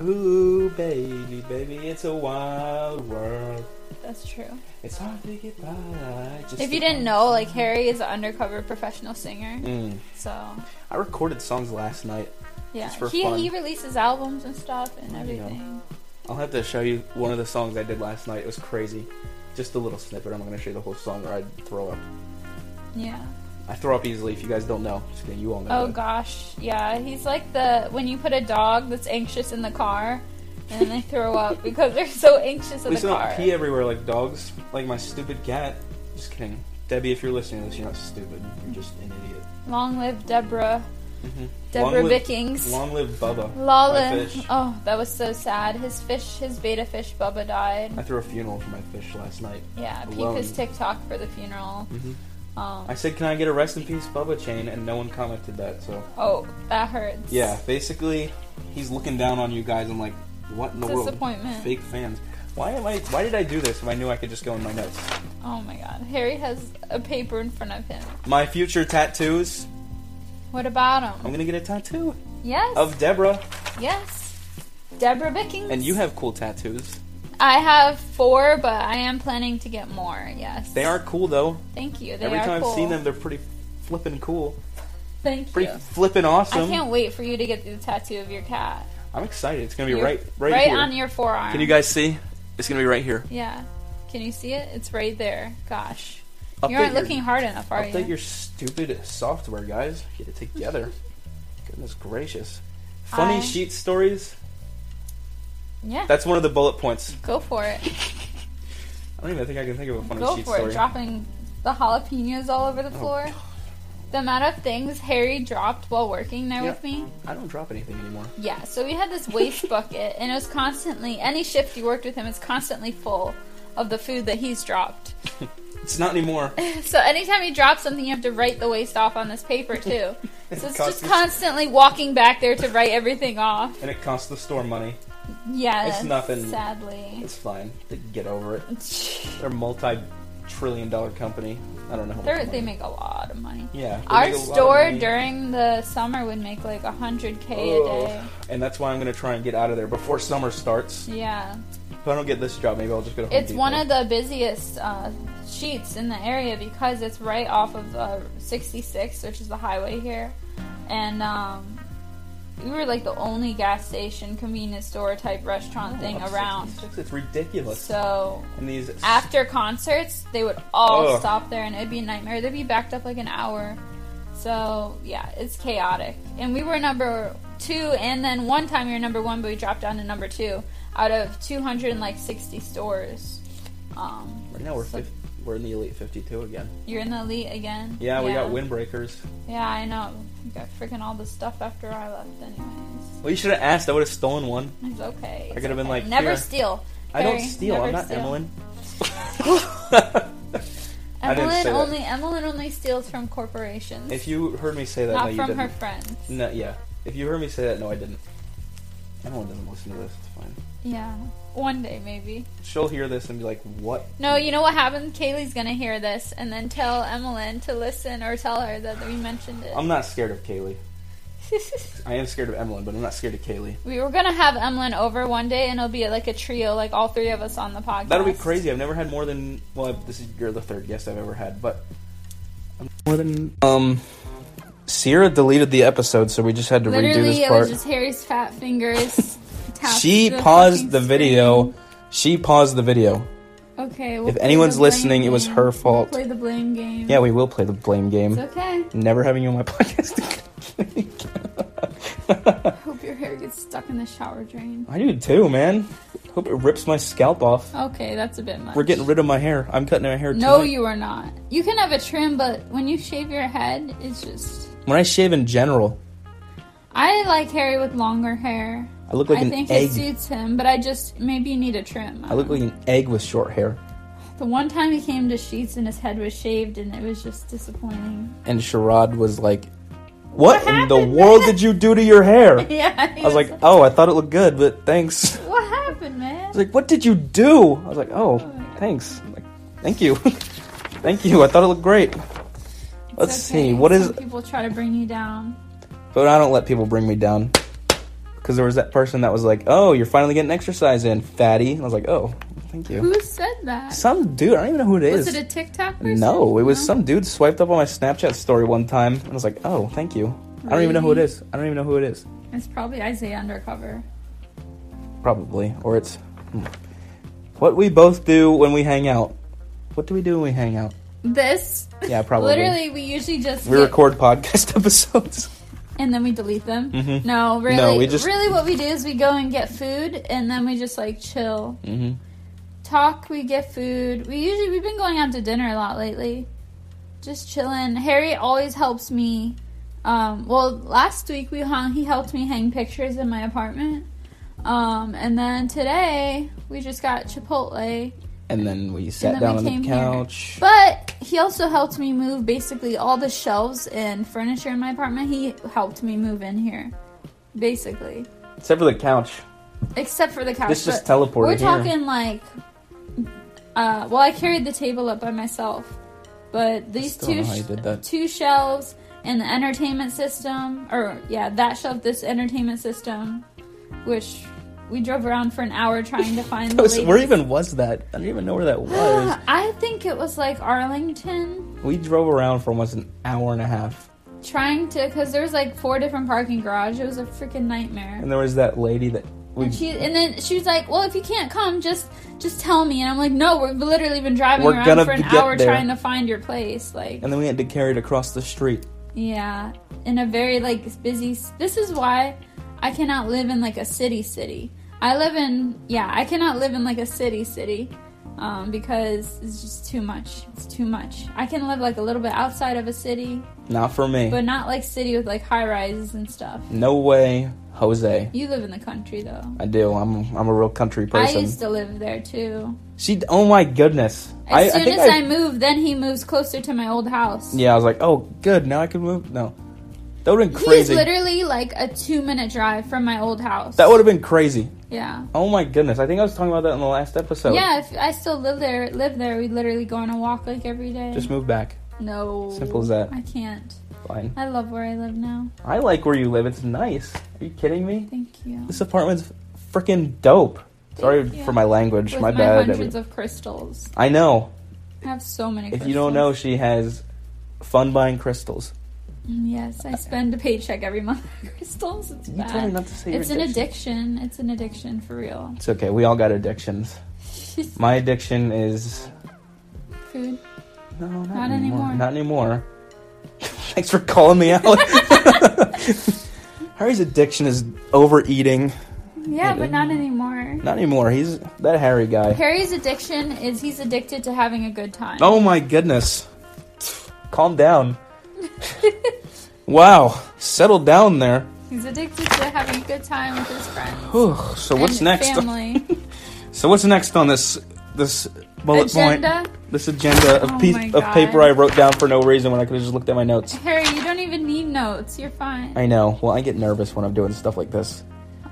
[SPEAKER 1] Ooh, baby, baby, it's a wild world.
[SPEAKER 2] That's true.
[SPEAKER 1] It's hard to get by. Just
[SPEAKER 2] If you didn't know, like Harry is an undercover professional singer,
[SPEAKER 1] Mm.
[SPEAKER 2] so
[SPEAKER 1] I recorded songs last night.
[SPEAKER 2] yeah,
[SPEAKER 1] Just for
[SPEAKER 2] he
[SPEAKER 1] fun. Oh,
[SPEAKER 2] he releases albums and stuff and
[SPEAKER 1] I know.
[SPEAKER 2] everything.
[SPEAKER 1] I'll have to show you one of the songs I did last night. It was crazy. Just a little snippet. I'm not gonna show you the whole song, or I'd throw up.
[SPEAKER 2] Yeah.
[SPEAKER 1] I throw up easily. If you guys don't know, just kidding. You all know.
[SPEAKER 2] Oh
[SPEAKER 1] that.
[SPEAKER 2] gosh, yeah. He's like the when you put a dog that's anxious in the car, and then they throw up because they're so anxious
[SPEAKER 1] At
[SPEAKER 2] in the
[SPEAKER 1] least I
[SPEAKER 2] car.
[SPEAKER 1] don't pee everywhere like dogs, like my stupid cat. Just kidding, Debbie. If you're listening to this, you're not stupid. You're just an idiot.
[SPEAKER 2] Long live Deborah.
[SPEAKER 1] Mhm.
[SPEAKER 2] Deborah
[SPEAKER 1] long live,
[SPEAKER 2] Bickings.
[SPEAKER 1] long live Bubba. My
[SPEAKER 2] Lala.
[SPEAKER 1] fish.
[SPEAKER 2] Oh, that was so sad. His fish, his beta fish, Bubba died.
[SPEAKER 1] I threw a funeral for my fish last night.
[SPEAKER 2] Yeah, peep
[SPEAKER 1] Alone.
[SPEAKER 2] his TikTok for the funeral.
[SPEAKER 1] Mhm. I
[SPEAKER 2] Um,
[SPEAKER 1] said, "Can I get a rest in peace, Bubba chain?" And no one commented that. So
[SPEAKER 2] oh, that hurts.
[SPEAKER 1] yeah, basically, he's looking down on you guys. I'm like, what in the world?
[SPEAKER 2] Disappointment.
[SPEAKER 1] Fake fans. Why am I? Why did I do this? If I knew I could just go in my notes.
[SPEAKER 2] Oh my god. Harry has a paper in front of him.
[SPEAKER 1] My future tattoos.
[SPEAKER 2] What about
[SPEAKER 1] I'm
[SPEAKER 2] him?
[SPEAKER 1] gonna get a tattoo
[SPEAKER 2] Yes.
[SPEAKER 1] Um, of Deborah,
[SPEAKER 2] yes. Deborah Bickings.
[SPEAKER 1] and you have cool tattoos.
[SPEAKER 2] I have four, but I am planning to get more. Yes.
[SPEAKER 1] They are cool though.
[SPEAKER 2] Thank you. They
[SPEAKER 1] Every
[SPEAKER 2] are
[SPEAKER 1] time
[SPEAKER 2] cool.
[SPEAKER 1] I've seen them, they're pretty flippin' cool,
[SPEAKER 2] Thank
[SPEAKER 1] pretty
[SPEAKER 2] you.
[SPEAKER 1] flippin' awesome.
[SPEAKER 2] I can't wait for you to get the tattoo of your cat.
[SPEAKER 1] I'm excited. It's gonna be
[SPEAKER 2] Your-
[SPEAKER 1] right, right, here.
[SPEAKER 2] on your forearm.
[SPEAKER 1] Can you guys see? It's gonna be right here.
[SPEAKER 2] Yeah. Can you see it? It's right there. Gosh.
[SPEAKER 1] Update
[SPEAKER 2] you aren't
[SPEAKER 1] your-
[SPEAKER 2] looking hard enough, are
[SPEAKER 1] Update
[SPEAKER 2] you?
[SPEAKER 1] your stupid software, guys. Get it together. Goodness gracious. Funny
[SPEAKER 2] I-
[SPEAKER 1] sheet stories.
[SPEAKER 2] yeah.
[SPEAKER 1] That's one of the bullet points.
[SPEAKER 2] Go for it.
[SPEAKER 1] I don't even think I can think of a funny
[SPEAKER 2] Go
[SPEAKER 1] sheet
[SPEAKER 2] for
[SPEAKER 1] story. Oh,
[SPEAKER 2] it. Dropping the jalapenos all over the floor. The amount of things Harry dropped while working there
[SPEAKER 1] Yeah.
[SPEAKER 2] with me.
[SPEAKER 1] I don't drop anything anymore.
[SPEAKER 2] Yeah, so we had this waste bucket, and it was constantly, any shift you worked with him, it's constantly full of the food that he's dropped.
[SPEAKER 1] It's not anymore.
[SPEAKER 2] So anytime you drop something, you have to write the waste off on this paper, too. So it's
[SPEAKER 1] Costs
[SPEAKER 2] just
[SPEAKER 1] us-
[SPEAKER 2] constantly walking back there to write everything off.
[SPEAKER 1] and it costs the store money.
[SPEAKER 2] Yeah,
[SPEAKER 1] It's
[SPEAKER 2] that's-
[SPEAKER 1] nothing.
[SPEAKER 2] Sadly.
[SPEAKER 1] It's fine. They can get over it. They're a multi trillion dollar company. I don't know how
[SPEAKER 2] They're,
[SPEAKER 1] much.
[SPEAKER 2] they
[SPEAKER 1] money.
[SPEAKER 2] make a lot of money.
[SPEAKER 1] Yeah. they
[SPEAKER 2] Our
[SPEAKER 1] make a lot of
[SPEAKER 2] store
[SPEAKER 1] money.
[SPEAKER 2] during the summer would make like 100k
[SPEAKER 1] Oh.
[SPEAKER 2] a day.
[SPEAKER 1] And that's why I'm gonna try and get out of there before summer starts.
[SPEAKER 2] Yeah.
[SPEAKER 1] If I don't get this job, maybe I'll just go to Home
[SPEAKER 2] It's
[SPEAKER 1] Depot.
[SPEAKER 2] one of the busiest uh, sheets in the area because it's right off of uh, 66, which is the highway here. And um, we were like the only gas station, convenience store type restaurant thing
[SPEAKER 1] Oh, Up
[SPEAKER 2] around.
[SPEAKER 1] 66, It's ridiculous.
[SPEAKER 2] So
[SPEAKER 1] and these
[SPEAKER 2] after concerts, they would all
[SPEAKER 1] Ugh.
[SPEAKER 2] stop there and it'd be a nightmare. They'd be backed up like an hour. So yeah, it's chaotic. And we were number two, and then one time we were number one, but we dropped down to number two out of 260 stores. Um,
[SPEAKER 1] Right now we're
[SPEAKER 2] so
[SPEAKER 1] 50, we're in the elite 52 again.
[SPEAKER 2] You're in the elite again.
[SPEAKER 1] Yeah, we got windbreakers.
[SPEAKER 2] Yeah, I know. You got freaking all the stuff after I left, anyways.
[SPEAKER 1] Well, you should have asked. I would have stolen one.
[SPEAKER 2] It's okay.
[SPEAKER 1] I could have been
[SPEAKER 2] okay.
[SPEAKER 1] like,
[SPEAKER 2] never
[SPEAKER 1] here.
[SPEAKER 2] steal.
[SPEAKER 1] I don't
[SPEAKER 2] Harry,
[SPEAKER 1] steal.
[SPEAKER 2] never
[SPEAKER 1] I'm not
[SPEAKER 2] steal.
[SPEAKER 1] Emmeline. I didn't say
[SPEAKER 2] Evelyn
[SPEAKER 1] that.
[SPEAKER 2] only Evelyn only steals from corporations.
[SPEAKER 1] if you heard me say that, uh, no,
[SPEAKER 2] Not
[SPEAKER 1] you
[SPEAKER 2] from
[SPEAKER 1] didn't.
[SPEAKER 2] her friends.
[SPEAKER 1] No, yeah. If you heard me say that, no, I didn't. Emeline doesn't listen to this. It's fine.
[SPEAKER 2] Yeah. One day, maybe.
[SPEAKER 1] She'll hear this and be like, "What?
[SPEAKER 2] No, you know what happened? Kaylee's gonna hear this and then tell Emmeline to listen or tell her that we mentioned it.
[SPEAKER 1] I'm not scared of Kaylee. I am scared of Emeline, but I'm not scared of Kaylee.
[SPEAKER 2] we were gonna have Emmeline over one day and it'll be like a trio, like all three of us on the podcast.
[SPEAKER 1] That'll be crazy. I've never had more than well, I've- this is you're the third guest I've ever had, but I'm more than um. Sierra deleted the episode, so we just had to redo
[SPEAKER 2] Literally,
[SPEAKER 1] this
[SPEAKER 2] it
[SPEAKER 1] part.
[SPEAKER 2] was just Harry's fat fingers. tapped
[SPEAKER 1] she
[SPEAKER 2] the
[SPEAKER 1] paused
[SPEAKER 2] fucking
[SPEAKER 1] the
[SPEAKER 2] screen.
[SPEAKER 1] video. She paused the video.
[SPEAKER 2] Okay. we'll
[SPEAKER 1] If
[SPEAKER 2] play
[SPEAKER 1] anyone's
[SPEAKER 2] the blame
[SPEAKER 1] listening, it was
[SPEAKER 2] game.
[SPEAKER 1] her fault.
[SPEAKER 2] Play the blame game.
[SPEAKER 1] Yeah, we will play the blame game.
[SPEAKER 2] It's okay.
[SPEAKER 1] Never having you on my podcast again.
[SPEAKER 2] Hope your hair gets stuck in the shower drain.
[SPEAKER 1] I do too, man. Hope it rips my scalp off.
[SPEAKER 2] Okay, that's a bit much.
[SPEAKER 1] We're getting rid of my hair. I'm cutting my hair.
[SPEAKER 2] No,
[SPEAKER 1] tonight.
[SPEAKER 2] you are not. You can have a trim, but when you shave your head, it's just.
[SPEAKER 1] When I shave in general,
[SPEAKER 2] I like Harry with longer hair.
[SPEAKER 1] I look like
[SPEAKER 2] I
[SPEAKER 1] an
[SPEAKER 2] think
[SPEAKER 1] egg.
[SPEAKER 2] it suits him, but I just maybe you need a trim.
[SPEAKER 1] I look like an egg with short hair
[SPEAKER 2] the one time he came to Sheets and his head was shaved, and it was just disappointing.
[SPEAKER 1] and Sharad was like, "What, in the
[SPEAKER 2] happened?"
[SPEAKER 1] world did you do to your hair?" I
[SPEAKER 2] Yeah, I
[SPEAKER 1] was like, "Oh, I thought it looked good, but thanks." I
[SPEAKER 2] "What happened, man?"
[SPEAKER 1] was like, "What did you do?" I was like, "Oh,
[SPEAKER 2] my
[SPEAKER 1] thanks. I'm like, Thank you, thank you. I thought it looked great."
[SPEAKER 2] It's
[SPEAKER 1] Let's
[SPEAKER 2] okay.
[SPEAKER 1] see. What is?
[SPEAKER 2] Some people try to bring you down.
[SPEAKER 1] But I don't let people bring me down. Because there was that person that was like, "Oh, you're finally getting exercise in, fatty." And I was like, "Oh, thank you."
[SPEAKER 2] Who said that?
[SPEAKER 1] Some dude. I don't even know who it is.
[SPEAKER 2] was it a TikTok? Person?
[SPEAKER 1] no, it was some dude swiped up on my Snapchat story one time, and I was like, "Oh, thank you." I don't even know who it
[SPEAKER 2] Really?
[SPEAKER 1] is. I don't even know who it is.
[SPEAKER 2] It's probably Isaiah Undercover.
[SPEAKER 1] Probably, or it's hmm. what we both do when we hang out. What do we do when we hang out?
[SPEAKER 2] This
[SPEAKER 1] Yeah, probably.
[SPEAKER 2] literally, we usually just
[SPEAKER 1] we
[SPEAKER 2] get-
[SPEAKER 1] record podcast episodes.
[SPEAKER 2] and then we delete them.
[SPEAKER 1] Mhm.
[SPEAKER 2] No, really,
[SPEAKER 1] we just-
[SPEAKER 2] really, what we do is we go and get food, and then we just like chill,
[SPEAKER 1] mm-hmm.
[SPEAKER 2] talk. We get food. We usually we've been going out to dinner a lot lately, just chilling. Harry always helps me. Um, well, last week we hung. He helped me hang pictures in my apartment, um, and then today we just got Chipotle.
[SPEAKER 1] And then we sat
[SPEAKER 2] then
[SPEAKER 1] down
[SPEAKER 2] we
[SPEAKER 1] on
[SPEAKER 2] came
[SPEAKER 1] the
[SPEAKER 2] here.
[SPEAKER 1] couch.
[SPEAKER 2] But he also helped me move basically all the shelves and furniture in my apartment. He helped me move in here, basically,
[SPEAKER 1] Except for the couch.
[SPEAKER 2] except for the couch.
[SPEAKER 1] This just
[SPEAKER 2] but
[SPEAKER 1] teleported
[SPEAKER 2] we're
[SPEAKER 1] here.
[SPEAKER 2] talking like Uh, well, I carried the table up by myself, but these
[SPEAKER 1] Still
[SPEAKER 2] two
[SPEAKER 1] don't know how you did that.
[SPEAKER 2] two shelves and the entertainment system, or yeah, that shelf, this entertainment system, which we drove around for an hour trying to find. the
[SPEAKER 1] That was- where
[SPEAKER 2] ladies.
[SPEAKER 1] even was that? I don't even know where that was.
[SPEAKER 2] I think it was like Arlington,
[SPEAKER 1] we drove around for almost an hour and a half,
[SPEAKER 2] trying to because there was like four different parking garages. It was a freaking nightmare.
[SPEAKER 1] and there was that lady that we
[SPEAKER 2] And she and then she was like, "Well, if you can't come, just just tell me." And I'm like, "No, we've literally been driving
[SPEAKER 1] We're
[SPEAKER 2] around
[SPEAKER 1] gonna
[SPEAKER 2] for an
[SPEAKER 1] get
[SPEAKER 2] hour
[SPEAKER 1] there."
[SPEAKER 2] trying to find your place." Like,
[SPEAKER 1] and then we had to carry it across the street.
[SPEAKER 2] yeah, in a very like busy. This is why I cannot live in like a city city. I live in yeah, I cannot live in like a city city um, because it's just too much. It's too much. I can live like a little bit outside of a city,
[SPEAKER 1] Not for me.
[SPEAKER 2] but not like city with like high rises and stuff.
[SPEAKER 1] no way, Jose.
[SPEAKER 2] You live in the country though.
[SPEAKER 1] I do. I'm I'm a real country
[SPEAKER 2] I
[SPEAKER 1] person.
[SPEAKER 2] used to live there too.
[SPEAKER 1] she. Oh my goodness. I,
[SPEAKER 2] As
[SPEAKER 1] I
[SPEAKER 2] soon
[SPEAKER 1] think
[SPEAKER 2] as I,
[SPEAKER 1] I.
[SPEAKER 2] move, then he moves closer to my old house.
[SPEAKER 1] Yeah, I was like, oh, good. Now I can move. No, that would have been
[SPEAKER 2] He is
[SPEAKER 1] crazy.
[SPEAKER 2] literally like a two minute drive from my old house.
[SPEAKER 1] That would have been crazy.
[SPEAKER 2] yeah.
[SPEAKER 1] Oh my goodness. I think I was talking about that in the last episode.
[SPEAKER 2] Yeah, if I still live there, live there, we literally go on a walk like every day.
[SPEAKER 1] Just move back.
[SPEAKER 2] no.
[SPEAKER 1] Simple as that.
[SPEAKER 2] I can't.
[SPEAKER 1] Fine.
[SPEAKER 2] I love where I live now.
[SPEAKER 1] I like where you live. It's nice. Are you kidding me?
[SPEAKER 2] Thank you.
[SPEAKER 1] This apartment's freaking dope. Sorry
[SPEAKER 2] Thank you.
[SPEAKER 1] for my language.
[SPEAKER 2] With
[SPEAKER 1] my
[SPEAKER 2] my,
[SPEAKER 1] bad.
[SPEAKER 2] hundreds of crystals,
[SPEAKER 1] I know.
[SPEAKER 2] I have so many.
[SPEAKER 1] If
[SPEAKER 2] crystals.
[SPEAKER 1] you don't know, she has fun buying crystals.
[SPEAKER 2] Mm, yes, I spend a paycheck every month on crystals. It's
[SPEAKER 1] You
[SPEAKER 2] bad.
[SPEAKER 1] told me not to say your
[SPEAKER 2] it's an addiction. It's an addiction for real.
[SPEAKER 1] It's okay. We all got addictions. My addiction is
[SPEAKER 2] Food.
[SPEAKER 1] no, not,
[SPEAKER 2] Not anymore.
[SPEAKER 1] Not anymore. Thanks for calling me out. Harry's addiction is overeating.
[SPEAKER 2] Yeah,
[SPEAKER 1] It
[SPEAKER 2] but
[SPEAKER 1] is.
[SPEAKER 2] not anymore.
[SPEAKER 1] Not anymore. He's that Harry guy.
[SPEAKER 2] Harry's addiction is he's addicted to having a good time.
[SPEAKER 1] Oh my goodness. Calm down. wow. Settle down there.
[SPEAKER 2] He's addicted to having a good time with his friends.
[SPEAKER 1] Whew. So what's
[SPEAKER 2] and
[SPEAKER 1] next?
[SPEAKER 2] Family.
[SPEAKER 1] So what's next on this this bullet point?
[SPEAKER 2] Agenda.
[SPEAKER 1] This agenda of
[SPEAKER 2] Oh
[SPEAKER 1] piece
[SPEAKER 2] my
[SPEAKER 1] of paper
[SPEAKER 2] God.
[SPEAKER 1] I wrote down for no reason when I could have just looked at my notes.
[SPEAKER 2] Harry, you don't even need notes. You're fine.
[SPEAKER 1] I know. Well, I get nervous when I'm doing stuff like this.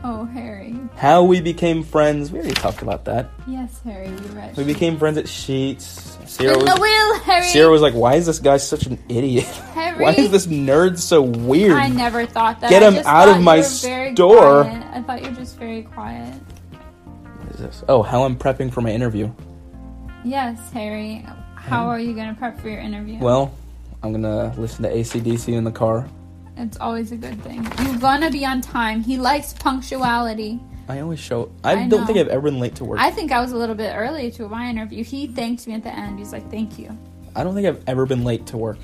[SPEAKER 2] oh, Harry.
[SPEAKER 1] How we became friends. We already talked about that.
[SPEAKER 2] Yes, Harry, you're right.
[SPEAKER 1] We became friends at Sheets. Sierra
[SPEAKER 2] in the
[SPEAKER 1] was,
[SPEAKER 2] wheel, Harry.
[SPEAKER 1] Sierra was like, "Why is this guy such an idiot?
[SPEAKER 2] Harry.
[SPEAKER 1] Why is this nerd so weird?"
[SPEAKER 2] I never thought that.
[SPEAKER 1] Get
[SPEAKER 2] I
[SPEAKER 1] him
[SPEAKER 2] just
[SPEAKER 1] out of
[SPEAKER 2] thought
[SPEAKER 1] my
[SPEAKER 2] you were very
[SPEAKER 1] store.
[SPEAKER 2] quiet. I thought you were just very quiet.
[SPEAKER 1] What is this? Oh, how I'm prepping for my interview.
[SPEAKER 2] Yes, Harry. How are you going to prep for your interview?
[SPEAKER 1] Um, Well, I'm gonna listen to ACDC in the car.
[SPEAKER 2] it's always a good thing. You're going to be on time. He likes punctuality.
[SPEAKER 1] I always show. I,
[SPEAKER 2] I
[SPEAKER 1] don't
[SPEAKER 2] know.
[SPEAKER 1] think I've ever been late to work.
[SPEAKER 2] I
[SPEAKER 1] I,
[SPEAKER 2] think I was a little bit early to my interview. He thanked me at the end. He's like, "Thank you."
[SPEAKER 1] don't think I've ever been late to work.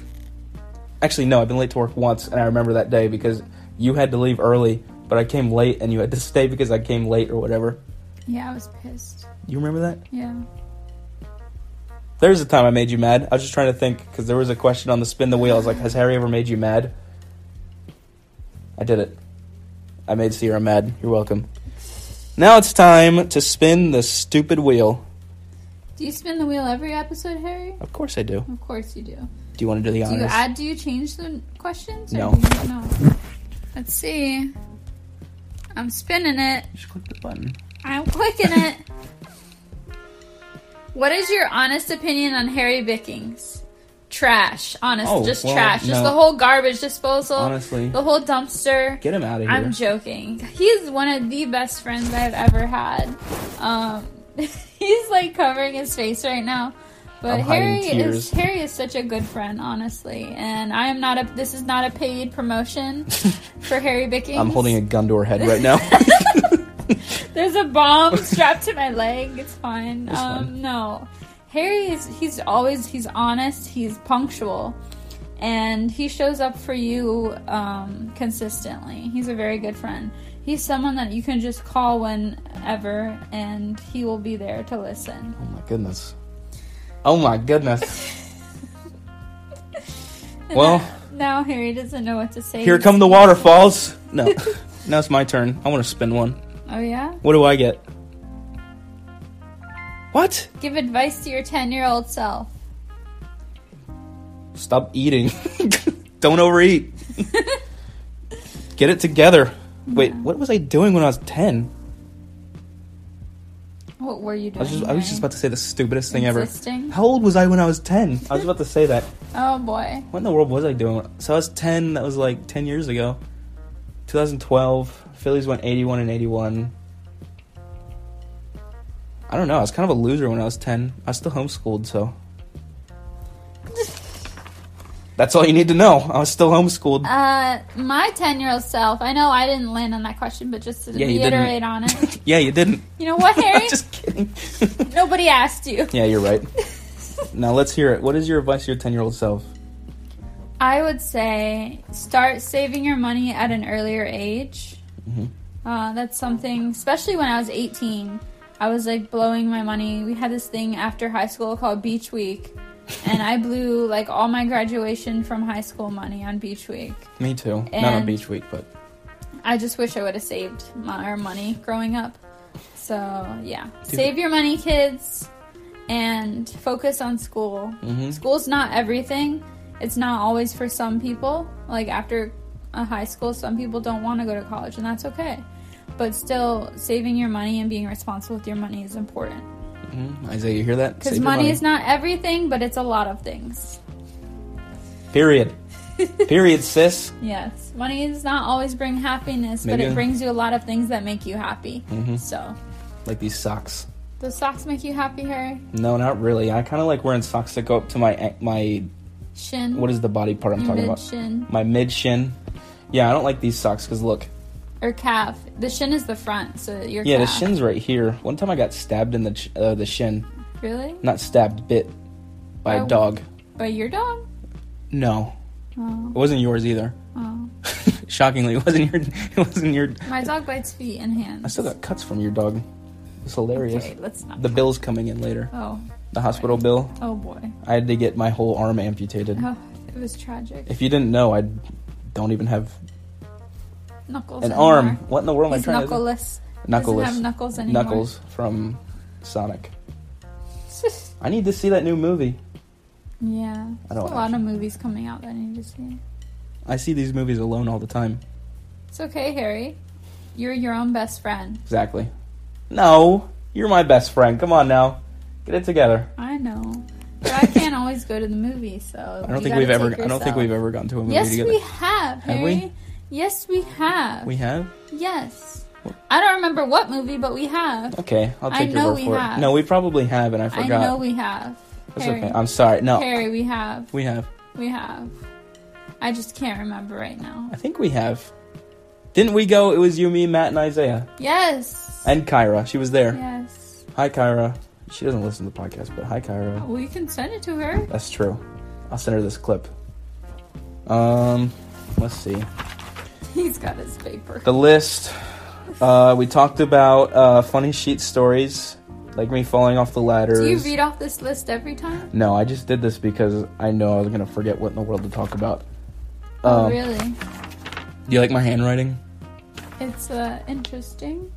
[SPEAKER 1] Actually, no, I've been late to work once, and I remember that day because you had to leave early, but I came late, and you had to stay because I came late or whatever.
[SPEAKER 2] Yeah, I was pissed.
[SPEAKER 1] You remember that?
[SPEAKER 2] Yeah.
[SPEAKER 1] There was a time I made you mad. I was just trying to think because there was a question on the spin the wheel. I was like, "Has Harry ever made you mad?" I did it. I made Sierra mad. You're welcome. Now it's time to spin the stupid wheel.
[SPEAKER 2] Do you spin the wheel every episode, Harry?
[SPEAKER 1] Of course I do.
[SPEAKER 2] Of course you do.
[SPEAKER 1] Do you want to do the
[SPEAKER 2] Do you
[SPEAKER 1] honors?
[SPEAKER 2] add? Do you change the questions? or
[SPEAKER 1] No.
[SPEAKER 2] do you- No. Let's see. I'm spinning it.
[SPEAKER 1] Just click the button.
[SPEAKER 2] I'm clicking it. what is your honest opinion on Harry Bickings? Trash. Honest.
[SPEAKER 1] Oh,
[SPEAKER 2] just
[SPEAKER 1] well,
[SPEAKER 2] trash. Just
[SPEAKER 1] no.
[SPEAKER 2] the whole garbage disposal.
[SPEAKER 1] Honestly,
[SPEAKER 2] The whole dumpster.
[SPEAKER 1] get him out of here.
[SPEAKER 2] I'm joking. He's one of the best friends I've ever had. Um, he's like covering his face right now. But
[SPEAKER 1] I'm
[SPEAKER 2] Harry
[SPEAKER 1] hiding tears.
[SPEAKER 2] is Harry is such a good friend, honestly. And I am not a. This is not a paid promotion for Harry Bickings.
[SPEAKER 1] I'm holding a gun to her head right now.
[SPEAKER 2] There's a bomb strapped to my leg. It's fine.
[SPEAKER 1] It's
[SPEAKER 2] um,
[SPEAKER 1] fine.
[SPEAKER 2] No, Harry is. He's always. He's honest. He's punctual, and he shows up for you um, consistently. He's a very good friend. He's someone that you can just call whenever, and he will be there to listen.
[SPEAKER 1] oh my goodness. Oh my goodness.
[SPEAKER 2] And
[SPEAKER 1] Well-
[SPEAKER 2] that- now Harry doesn't know what to say.
[SPEAKER 1] Here
[SPEAKER 2] He's-
[SPEAKER 1] come the waterfalls. No, now it's my turn. I want to spin one.
[SPEAKER 2] Oh yeah.
[SPEAKER 1] What do I get? What?
[SPEAKER 2] Give advice to your ten-year-old self.
[SPEAKER 1] Stop eating. Don't overeat. Get it together. Wait, what was I doing when I was 10?
[SPEAKER 2] What What were you
[SPEAKER 1] I
[SPEAKER 2] doing?
[SPEAKER 1] was just I was just about to say the stupidest thing ever.
[SPEAKER 2] Existing?
[SPEAKER 1] How old was I when I was ten? I was about to say that.
[SPEAKER 2] Oh boy.
[SPEAKER 1] What in the world was I doing? So I was ten. That was like ten years ago. 2012. Phillies went 81 and 81. I don't know. I was kind of a loser when I was 10. I was still homeschooled, so. That's all you need to know. I was still homeschooled.
[SPEAKER 2] Uh, my ten-year-old self. I know I didn't land on that question, but just to
[SPEAKER 1] Yeah, you didn't.
[SPEAKER 2] reiterate on it,
[SPEAKER 1] yeah, you didn't.
[SPEAKER 2] you know what, Harry?
[SPEAKER 1] Just kidding.
[SPEAKER 2] Nobody asked you.
[SPEAKER 1] yeah, you're right. Now let's hear it. What is your advice to your 10 year old self?
[SPEAKER 2] I would say start saving your money at an earlier age.
[SPEAKER 1] Mhm.
[SPEAKER 2] Uh, that's something, especially when I was 18. I was like blowing my money. We had this thing after high school called Beach Week, and I blew like all my graduation from high school money on Beach Week.
[SPEAKER 1] Me too. Not on
[SPEAKER 2] And-
[SPEAKER 1] beach week, but.
[SPEAKER 2] I just wish I would have saved my, our money growing up. So, yeah.
[SPEAKER 1] Dude.
[SPEAKER 2] Save your money, kids, and focus on school.
[SPEAKER 1] hmm
[SPEAKER 2] School's not everything. It's not always for some people. Like after a high school, some people don't want to go to college, and that's okay. But still, saving your money and being responsible with your money is important.
[SPEAKER 1] hmm Isaiah, you hear that?
[SPEAKER 2] Because
[SPEAKER 1] Save your
[SPEAKER 2] money is not everything, but it's a lot of things.
[SPEAKER 1] Period. Period, sis.
[SPEAKER 2] Yes, money does not always bring happiness, but
[SPEAKER 1] Maybe-
[SPEAKER 2] it brings you a lot of things that make you happy.
[SPEAKER 1] Mhm.
[SPEAKER 2] So,
[SPEAKER 1] Like these socks.
[SPEAKER 2] those socks make you happy, Harry?
[SPEAKER 1] No, not really. I kind of like wearing socks that go up to my my
[SPEAKER 2] Shin?
[SPEAKER 1] what is the body part I'm
[SPEAKER 2] your
[SPEAKER 1] talking
[SPEAKER 2] mid
[SPEAKER 1] about?
[SPEAKER 2] shin
[SPEAKER 1] My mid shin. Yeah, I don't like these socks because look,
[SPEAKER 2] or calf? The shin is the front, so your
[SPEAKER 1] yeah, the
[SPEAKER 2] calf.
[SPEAKER 1] shin's right here. One time I got stabbed in the ch- uh, the shin,
[SPEAKER 2] Really?
[SPEAKER 1] not stabbed, bit by a
[SPEAKER 2] Oh.
[SPEAKER 1] dog.
[SPEAKER 2] By your dog?
[SPEAKER 1] No,
[SPEAKER 2] Oh,
[SPEAKER 1] it wasn't yours either.
[SPEAKER 2] oh.
[SPEAKER 1] Shockingly, it wasn't your. It wasn't your.
[SPEAKER 2] My dog bites feet and hands.
[SPEAKER 1] I still got cuts from your dog. It's hilarious.
[SPEAKER 2] Okay, let's not.
[SPEAKER 1] The bill's coming in later.
[SPEAKER 2] oh,
[SPEAKER 1] The hospital bill.
[SPEAKER 2] oh boy.
[SPEAKER 1] I had to get my whole arm amputated.
[SPEAKER 2] Oh, it was tragic.
[SPEAKER 1] If you didn't know, I don't even have
[SPEAKER 2] Knuckles.
[SPEAKER 1] an
[SPEAKER 2] anymore.
[SPEAKER 1] arm. What in the world am I
[SPEAKER 2] He's
[SPEAKER 1] trying to do?
[SPEAKER 2] knuckleless. Doesn't have
[SPEAKER 1] Knuckles.
[SPEAKER 2] knuckles anymore.
[SPEAKER 1] Knuckles from Sonic. I need to see that new movie.
[SPEAKER 2] yeah.
[SPEAKER 1] I
[SPEAKER 2] There's
[SPEAKER 1] don't
[SPEAKER 2] a lot of movies coming out that I need to see.
[SPEAKER 1] I see these movies alone all the time.
[SPEAKER 2] It's okay, Harry. You're your own best friend.
[SPEAKER 1] Exactly. No, you're my best friend. Come on now, get it together.
[SPEAKER 2] I know, but I can't always go to the movie, so
[SPEAKER 1] I don't think we've ever. I don't think we've ever gone to a movie
[SPEAKER 2] Yes,
[SPEAKER 1] together.
[SPEAKER 2] we have,
[SPEAKER 1] Have
[SPEAKER 2] Harry.
[SPEAKER 1] we?
[SPEAKER 2] Yes, we have.
[SPEAKER 1] We have.
[SPEAKER 2] yes. I don't remember what movie, but we have.
[SPEAKER 1] Okay, I'll
[SPEAKER 2] I
[SPEAKER 1] take
[SPEAKER 2] know
[SPEAKER 1] your word
[SPEAKER 2] we
[SPEAKER 1] for
[SPEAKER 2] have.
[SPEAKER 1] it. No, we probably have, and I
[SPEAKER 2] I
[SPEAKER 1] forgot.
[SPEAKER 2] know we have.
[SPEAKER 1] That's
[SPEAKER 2] Harry.
[SPEAKER 1] okay. I'm sorry. No,
[SPEAKER 2] Harry, we have.
[SPEAKER 1] we have.
[SPEAKER 2] We have. I just can't remember right now.
[SPEAKER 1] I think we have. Didn't we go? It was you, me, Matt, and Isaiah,
[SPEAKER 2] Yes.
[SPEAKER 1] and Kyra. She was there.
[SPEAKER 2] yes.
[SPEAKER 1] Hi, Kyra. She doesn't listen to the podcast, but hi, Kyra.
[SPEAKER 2] We can send it to her.
[SPEAKER 1] That's true. I'll send her this clip. Um, let's see
[SPEAKER 2] He's got his paper.
[SPEAKER 1] the list. Uh, we talked about uh, funny sheet stories, like me falling off the ladders.
[SPEAKER 2] Do you read off this list every time?
[SPEAKER 1] no, I just did this because I know I was gonna forget what in the world to talk about.
[SPEAKER 2] oh,
[SPEAKER 1] Um,
[SPEAKER 2] really?
[SPEAKER 1] Do you like my handwriting?
[SPEAKER 2] It's uh, interesting.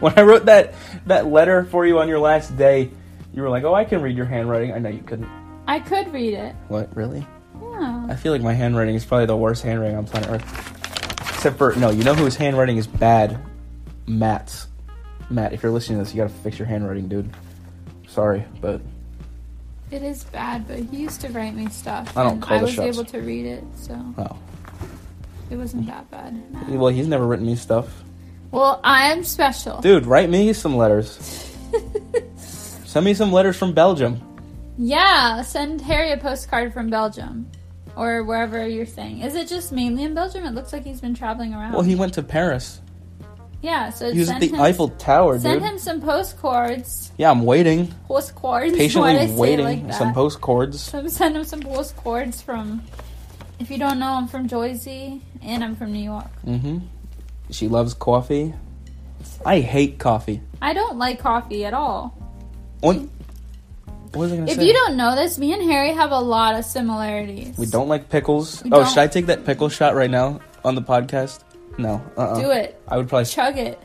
[SPEAKER 1] When I wrote that that letter for you on your last day, you were like, "Oh, I can read your handwriting." I know you couldn't.
[SPEAKER 2] I could read it.
[SPEAKER 1] What really?
[SPEAKER 2] Yeah.
[SPEAKER 1] I feel like my handwriting is probably the worst handwriting on planet Earth. Except for no, you know whose handwriting is bad? Matt's. Matt, if you're listening to this, you gotta fix your handwriting, dude. Sorry, but
[SPEAKER 2] It is bad, but he used to write me stuff.
[SPEAKER 1] I don't
[SPEAKER 2] and
[SPEAKER 1] call
[SPEAKER 2] I
[SPEAKER 1] the
[SPEAKER 2] was
[SPEAKER 1] shots.
[SPEAKER 2] able to read it, so
[SPEAKER 1] oh.
[SPEAKER 2] it wasn't that bad.
[SPEAKER 1] Well, he's never written me stuff.
[SPEAKER 2] Well, I am special.
[SPEAKER 1] Dude, write me some letters. Send me some letters from Belgium.
[SPEAKER 2] Yeah, send Harry a postcard from Belgium or wherever you're staying. Is it just mainly in Belgium? It looks like he's been traveling around.
[SPEAKER 1] Well, he went to Paris.
[SPEAKER 2] yeah, so
[SPEAKER 1] He was at
[SPEAKER 2] send
[SPEAKER 1] the
[SPEAKER 2] him,
[SPEAKER 1] Eiffel Tower,
[SPEAKER 2] send
[SPEAKER 1] dude.
[SPEAKER 2] him some postcards.
[SPEAKER 1] Yeah, I'm waiting,
[SPEAKER 2] Postcards. why did I
[SPEAKER 1] patiently
[SPEAKER 2] say it
[SPEAKER 1] waiting.
[SPEAKER 2] Like
[SPEAKER 1] some
[SPEAKER 2] that?
[SPEAKER 1] postcards.
[SPEAKER 2] So send him some postcards from. If you don't know, I'm from Jersey and I'm from New York.
[SPEAKER 1] Mm-hmm. She loves coffee. I hate coffee.
[SPEAKER 2] I don't like coffee at all.
[SPEAKER 1] One. What was I gonna
[SPEAKER 2] If
[SPEAKER 1] say?
[SPEAKER 2] you don't know this, me and Harry have a lot of similarities.
[SPEAKER 1] we don't like pickles.
[SPEAKER 2] We
[SPEAKER 1] oh,
[SPEAKER 2] don't-
[SPEAKER 1] should I take that pickle shot right now on the podcast? No. Uh-uh.
[SPEAKER 2] do it.
[SPEAKER 1] I would probably.
[SPEAKER 2] Chug it.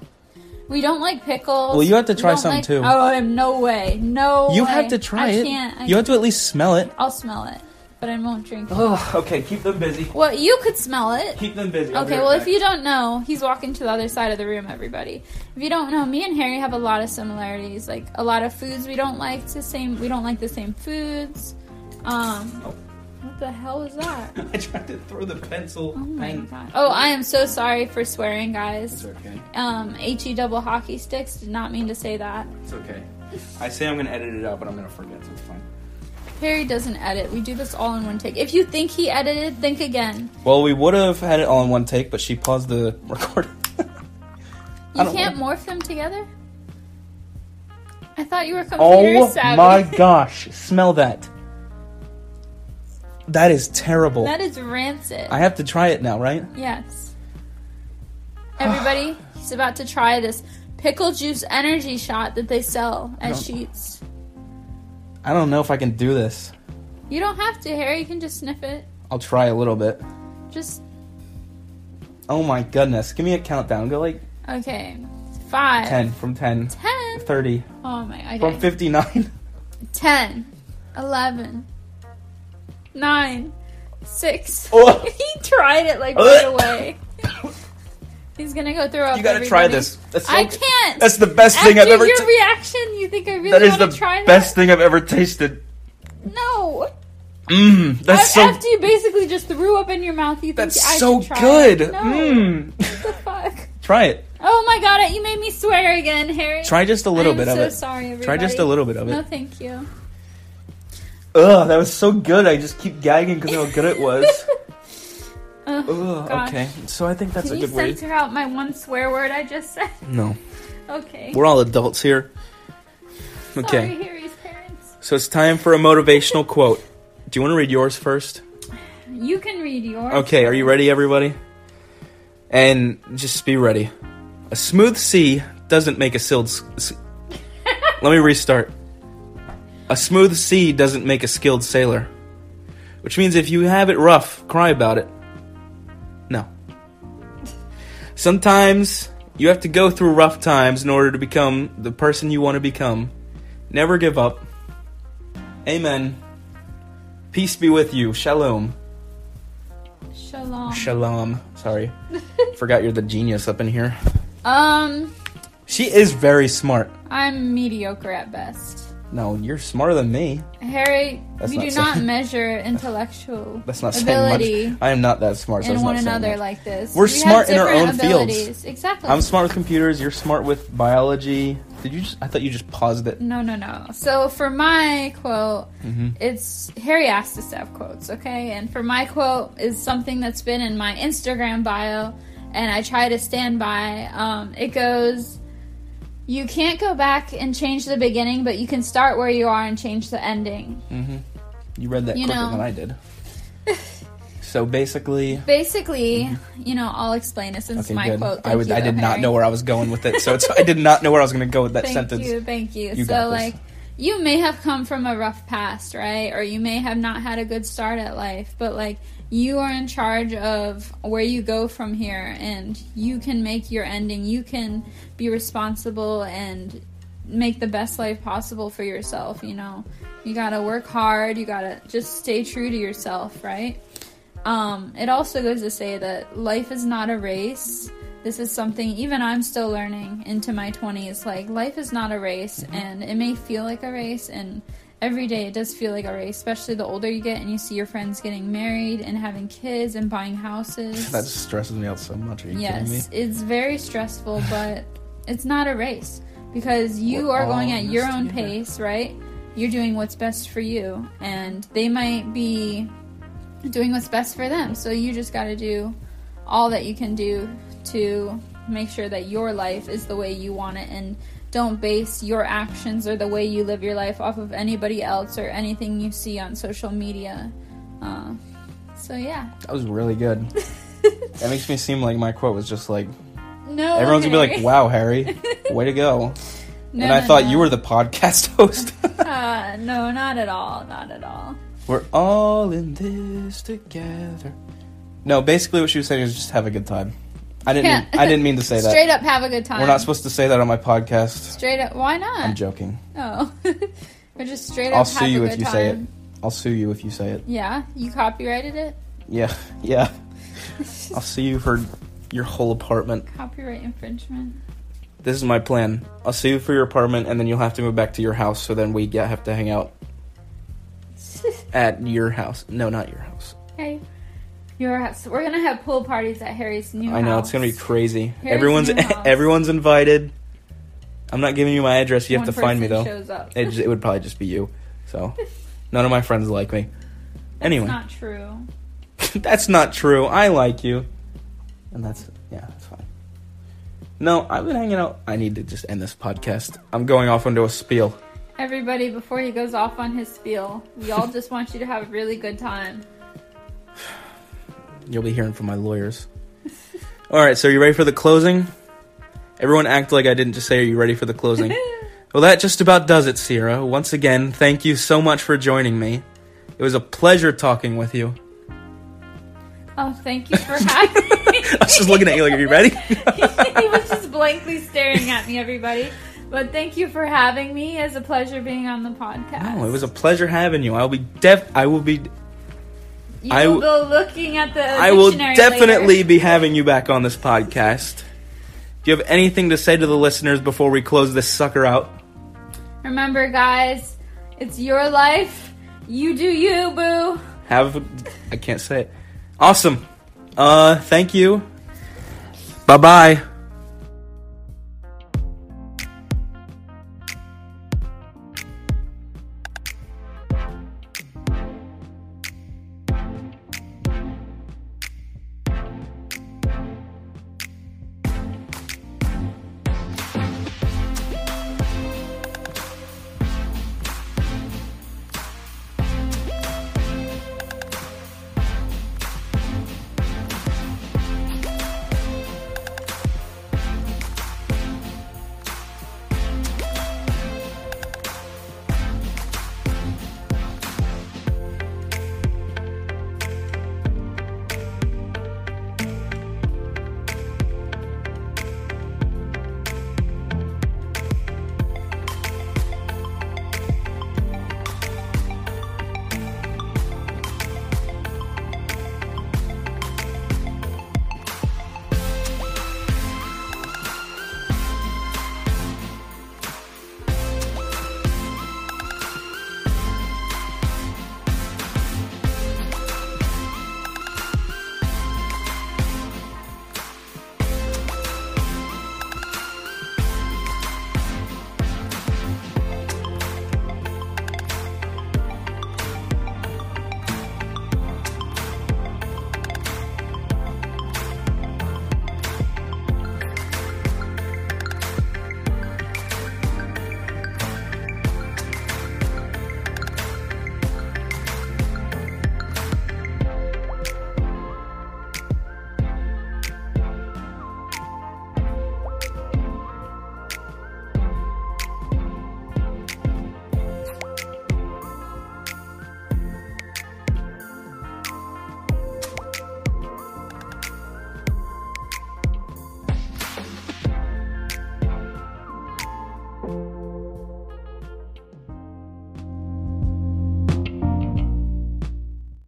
[SPEAKER 2] We don't like pickles.
[SPEAKER 1] Well, you have to
[SPEAKER 2] We
[SPEAKER 1] try
[SPEAKER 2] don't
[SPEAKER 1] some,
[SPEAKER 2] like-
[SPEAKER 1] too.
[SPEAKER 2] Oh, I have no way. No.
[SPEAKER 1] you
[SPEAKER 2] way.
[SPEAKER 1] have to try
[SPEAKER 2] I
[SPEAKER 1] it.
[SPEAKER 2] Can't, I
[SPEAKER 1] you have to at least smell it.
[SPEAKER 2] I'll smell it. but I won't drink. it.
[SPEAKER 1] Ugh, okay, keep them busy.
[SPEAKER 2] Well, you could smell it.
[SPEAKER 1] Keep them busy. I'll be
[SPEAKER 2] Okay,
[SPEAKER 1] right
[SPEAKER 2] well, if
[SPEAKER 1] back.
[SPEAKER 2] you don't know, he's walking to the other side of the room, everybody. If you don't know, me and Harry have a lot of similarities. Like, a lot of foods we don't like, the same, we don't like the same foods. Um, what the hell is that?
[SPEAKER 1] I tried to throw the pencil.
[SPEAKER 2] Oh my
[SPEAKER 1] Bang.
[SPEAKER 2] god. Oh, I am so sorry for swearing, guys.
[SPEAKER 1] It's okay.
[SPEAKER 2] Um, HE double hockey sticks, did not mean to say that.
[SPEAKER 1] It's okay. I say I'm gonna edit it out, but I'm gonna forget, so it's fine.
[SPEAKER 2] Harry doesn't edit. We do this all in one take. If you think he edited, think again.
[SPEAKER 1] Well, we would have had it all in one take, but she paused the recording. I
[SPEAKER 2] You
[SPEAKER 1] don't
[SPEAKER 2] can't morph them together? I thought you were computer
[SPEAKER 1] oh
[SPEAKER 2] savvy.
[SPEAKER 1] my gosh! Smell that. That is terrible.
[SPEAKER 2] That is rancid.
[SPEAKER 1] I have to try it now, right?
[SPEAKER 2] Yes. Everybody, he's about to try this pickle juice energy shot that they sell at
[SPEAKER 1] No.
[SPEAKER 2] Sheets.
[SPEAKER 1] I don't know if I can do this.
[SPEAKER 2] You don't have to, Harry. You can just sniff it.
[SPEAKER 1] I'll try a little bit.
[SPEAKER 2] Just
[SPEAKER 1] Oh my goodness! Give me a countdown. Go like
[SPEAKER 2] okay. Five.
[SPEAKER 1] ten from 10,
[SPEAKER 2] Ten.
[SPEAKER 1] 30,
[SPEAKER 2] Oh my.
[SPEAKER 1] from
[SPEAKER 2] Okay.
[SPEAKER 1] fifty-nine.
[SPEAKER 2] Ten. Eleven. Nine. Six.
[SPEAKER 1] Oh.
[SPEAKER 2] he tried it like right away. He's gonna go throw up.
[SPEAKER 1] You gotta try
[SPEAKER 2] everybody.
[SPEAKER 1] this. That's
[SPEAKER 2] I
[SPEAKER 1] so-
[SPEAKER 2] can't.
[SPEAKER 1] That's the best thing I've
[SPEAKER 2] After
[SPEAKER 1] ever.
[SPEAKER 2] your
[SPEAKER 1] ta-
[SPEAKER 2] reaction, you think I really
[SPEAKER 1] that is
[SPEAKER 2] want
[SPEAKER 1] the
[SPEAKER 2] to try
[SPEAKER 1] best thing I've ever tasted.
[SPEAKER 2] that? No.
[SPEAKER 1] Mmm, that's
[SPEAKER 2] A-
[SPEAKER 1] so.
[SPEAKER 2] After you basically just threw up in your mouth, you think
[SPEAKER 1] That's
[SPEAKER 2] I
[SPEAKER 1] so
[SPEAKER 2] should try
[SPEAKER 1] good.
[SPEAKER 2] It. No.
[SPEAKER 1] Mmm.
[SPEAKER 2] What the fuck?
[SPEAKER 1] try it.
[SPEAKER 2] Oh my god, you made me swear again, Harry.
[SPEAKER 1] Try just a little
[SPEAKER 2] I'm
[SPEAKER 1] bit of
[SPEAKER 2] so
[SPEAKER 1] it.
[SPEAKER 2] sorry, everybody.
[SPEAKER 1] Try just a little bit of
[SPEAKER 2] No,
[SPEAKER 1] it.
[SPEAKER 2] thank you.
[SPEAKER 1] Ugh, that was so good. I just keep gagging because how good it was.
[SPEAKER 2] Ugh,
[SPEAKER 1] Ugh,
[SPEAKER 2] Oh, gosh.
[SPEAKER 1] okay. So I think that's
[SPEAKER 2] Can
[SPEAKER 1] a
[SPEAKER 2] you
[SPEAKER 1] good way.
[SPEAKER 2] censor out my one swear word I just said?
[SPEAKER 1] No,
[SPEAKER 2] Okay.
[SPEAKER 1] we're all adults here. Okay,
[SPEAKER 2] Sorry, Harry's parents.
[SPEAKER 1] so it's time for a motivational quote. Do you want to read yours first?
[SPEAKER 2] You can read yours.
[SPEAKER 1] Okay, are you ready, everybody? And just be ready. A smooth sea doesn't make a skilled. s- s- Let me restart. A smooth sea doesn't make a skilled sailor, which means if you have it rough, cry about it. No. Sometimes you have to go through rough times in order to become the person you want to become. Never give up. Amen. Peace be with you. Shalom.
[SPEAKER 2] Shalom.
[SPEAKER 1] Shalom. Sorry. Forgot you're the genius up in here.
[SPEAKER 2] um,
[SPEAKER 1] She is very smart.
[SPEAKER 2] I'm mediocre at best.
[SPEAKER 1] No, you're smarter than me.
[SPEAKER 2] Harry,
[SPEAKER 1] That's
[SPEAKER 2] we
[SPEAKER 1] not
[SPEAKER 2] do
[SPEAKER 1] saying-
[SPEAKER 2] not measure intellectual
[SPEAKER 1] That's not
[SPEAKER 2] ability.
[SPEAKER 1] saying much. I am not that smart. So
[SPEAKER 2] and
[SPEAKER 1] that's
[SPEAKER 2] one
[SPEAKER 1] not saying
[SPEAKER 2] another
[SPEAKER 1] much.
[SPEAKER 2] like this.
[SPEAKER 1] We're
[SPEAKER 2] have
[SPEAKER 1] smart in our
[SPEAKER 2] different
[SPEAKER 1] own fields.
[SPEAKER 2] Exactly.
[SPEAKER 1] I'm smart with computers. You're smart with biology. Did you just? I thought you just paused it.
[SPEAKER 2] no, no, no. So for my quote,
[SPEAKER 1] Mhm.
[SPEAKER 2] it's Harry asked us to have quotes, okay? And for my quote is something that's been in my Instagram bio, and I try to stand by. Um, it goes, "You can't go back and change the beginning, but you can start where you are and change the ending."
[SPEAKER 1] Mm-hmm. You read that
[SPEAKER 2] You
[SPEAKER 1] quicker
[SPEAKER 2] know.
[SPEAKER 1] than I did. so basically,
[SPEAKER 2] Basically, you know, I'll explain it since
[SPEAKER 1] Mm-hmm. okay,
[SPEAKER 2] my
[SPEAKER 1] good.
[SPEAKER 2] quote.
[SPEAKER 1] I
[SPEAKER 2] Thank
[SPEAKER 1] would.
[SPEAKER 2] you,
[SPEAKER 1] I did
[SPEAKER 2] though,
[SPEAKER 1] not
[SPEAKER 2] Harry.
[SPEAKER 1] know where I was going with it. So it's. I did not know where I was going to go with that
[SPEAKER 2] thank
[SPEAKER 1] sentence.
[SPEAKER 2] you thank you,
[SPEAKER 1] You got
[SPEAKER 2] so
[SPEAKER 1] this.
[SPEAKER 2] like you may have come from a rough past right or you may have not had a good start at life but like you are in charge of where you go from here and you can make your ending you can be responsible and make the best life possible for yourself you know you gotta work hard you gotta just stay true to yourself right um, it also goes to say that life is not a race. This is something even I'm still learning into my 20s. Like, life is not a race, and it may feel like a race, and every day it does feel like a race, especially the older you get and you see your friends getting married and having kids and buying houses.
[SPEAKER 1] That just stresses me out so much. Are you kidding me?
[SPEAKER 2] yes, it's very stressful, but it's not a race because you
[SPEAKER 1] We're
[SPEAKER 2] are
[SPEAKER 1] all
[SPEAKER 2] going at
[SPEAKER 1] in
[SPEAKER 2] your
[SPEAKER 1] this
[SPEAKER 2] own
[SPEAKER 1] together.
[SPEAKER 2] pace, right? You're doing what's best for you, and they might be doing what's best for them. So you just got to do all that you can do to make sure that your life is the way you want it and don't base your actions or the way you live your life off of anybody else or anything you see on social media. Uh, so yeah.
[SPEAKER 1] That was really good. that makes me seem like my quote was just like
[SPEAKER 2] No.
[SPEAKER 1] Everyone's gonna be
[SPEAKER 2] Harry.
[SPEAKER 1] like, "Wow, Harry, way to go!"
[SPEAKER 2] No,
[SPEAKER 1] and I
[SPEAKER 2] no,
[SPEAKER 1] thought
[SPEAKER 2] no.
[SPEAKER 1] you were the podcast host.
[SPEAKER 2] Uh, no, not at all. Not at all.
[SPEAKER 1] we're all in this together. No, basically what she was saying is just have a good time. I didn't. Mean,
[SPEAKER 2] Yeah.
[SPEAKER 1] I didn't mean to say that.
[SPEAKER 2] Straight up, have a good time.
[SPEAKER 1] We're not supposed to say that on my podcast.
[SPEAKER 2] Straight up, why
[SPEAKER 1] I'm
[SPEAKER 2] not?
[SPEAKER 1] joking.
[SPEAKER 2] Oh, we're just straight up.
[SPEAKER 1] I'll
[SPEAKER 2] have
[SPEAKER 1] sue you
[SPEAKER 2] a
[SPEAKER 1] if
[SPEAKER 2] good
[SPEAKER 1] you
[SPEAKER 2] time.
[SPEAKER 1] say it. I'll sue you if you say it.
[SPEAKER 2] Yeah, you copyrighted it.
[SPEAKER 1] Yeah, yeah. I'll sue you for your whole apartment.
[SPEAKER 2] Copyright infringement.
[SPEAKER 1] This is my plan. I'll sue you for your apartment, and then you'll have to move back to your house. So then we get, have to hang out at your house. No, not your house.
[SPEAKER 2] hey, your house. We're gonna have pool parties at Harry's new.
[SPEAKER 1] I know
[SPEAKER 2] house.
[SPEAKER 1] it's gonna be crazy.
[SPEAKER 2] Here's
[SPEAKER 1] everyone's
[SPEAKER 2] your house.
[SPEAKER 1] everyone's invited. I'm not giving you my address. You have
[SPEAKER 2] One
[SPEAKER 1] to find me
[SPEAKER 2] person
[SPEAKER 1] though.
[SPEAKER 2] Shows up.
[SPEAKER 1] It, just, it would probably just be you. So none of my friends like me.
[SPEAKER 2] That's
[SPEAKER 1] anyway,
[SPEAKER 2] not true.
[SPEAKER 1] that's not true. I like you, and that's yeah, that's fine. No, I've been hanging out. I need to just end this podcast. I'm going off into a spiel.
[SPEAKER 2] Everybody, before he goes off on his spiel, we all just want you to have a really good time.
[SPEAKER 1] You'll be hearing from my lawyers. All right, so you ready for the closing? Everyone act like I didn't just say, "Are you ready for the closing?" Well, that just about does it, Sierra. Once again, thank you so much for joining me. It was a pleasure talking with you.
[SPEAKER 2] Oh, thank you for having me.
[SPEAKER 1] I was just looking at you like, are you ready?
[SPEAKER 2] he was just blankly staring at me, everybody. But thank you for having me. It's a pleasure being on the podcast.
[SPEAKER 1] No, Oh, it was a pleasure having you. I'll be def. I will be.
[SPEAKER 2] You
[SPEAKER 1] I
[SPEAKER 2] will
[SPEAKER 1] w-
[SPEAKER 2] go looking at the.
[SPEAKER 1] I will
[SPEAKER 2] dictionary
[SPEAKER 1] definitely
[SPEAKER 2] later.
[SPEAKER 1] be having you back on this podcast. Do you have anything to say to the listeners before we close this sucker out?
[SPEAKER 2] Remember, guys, it's your life. You do you, boo.
[SPEAKER 1] Have I can't say it. Awesome. Uh, thank you. Bye bye.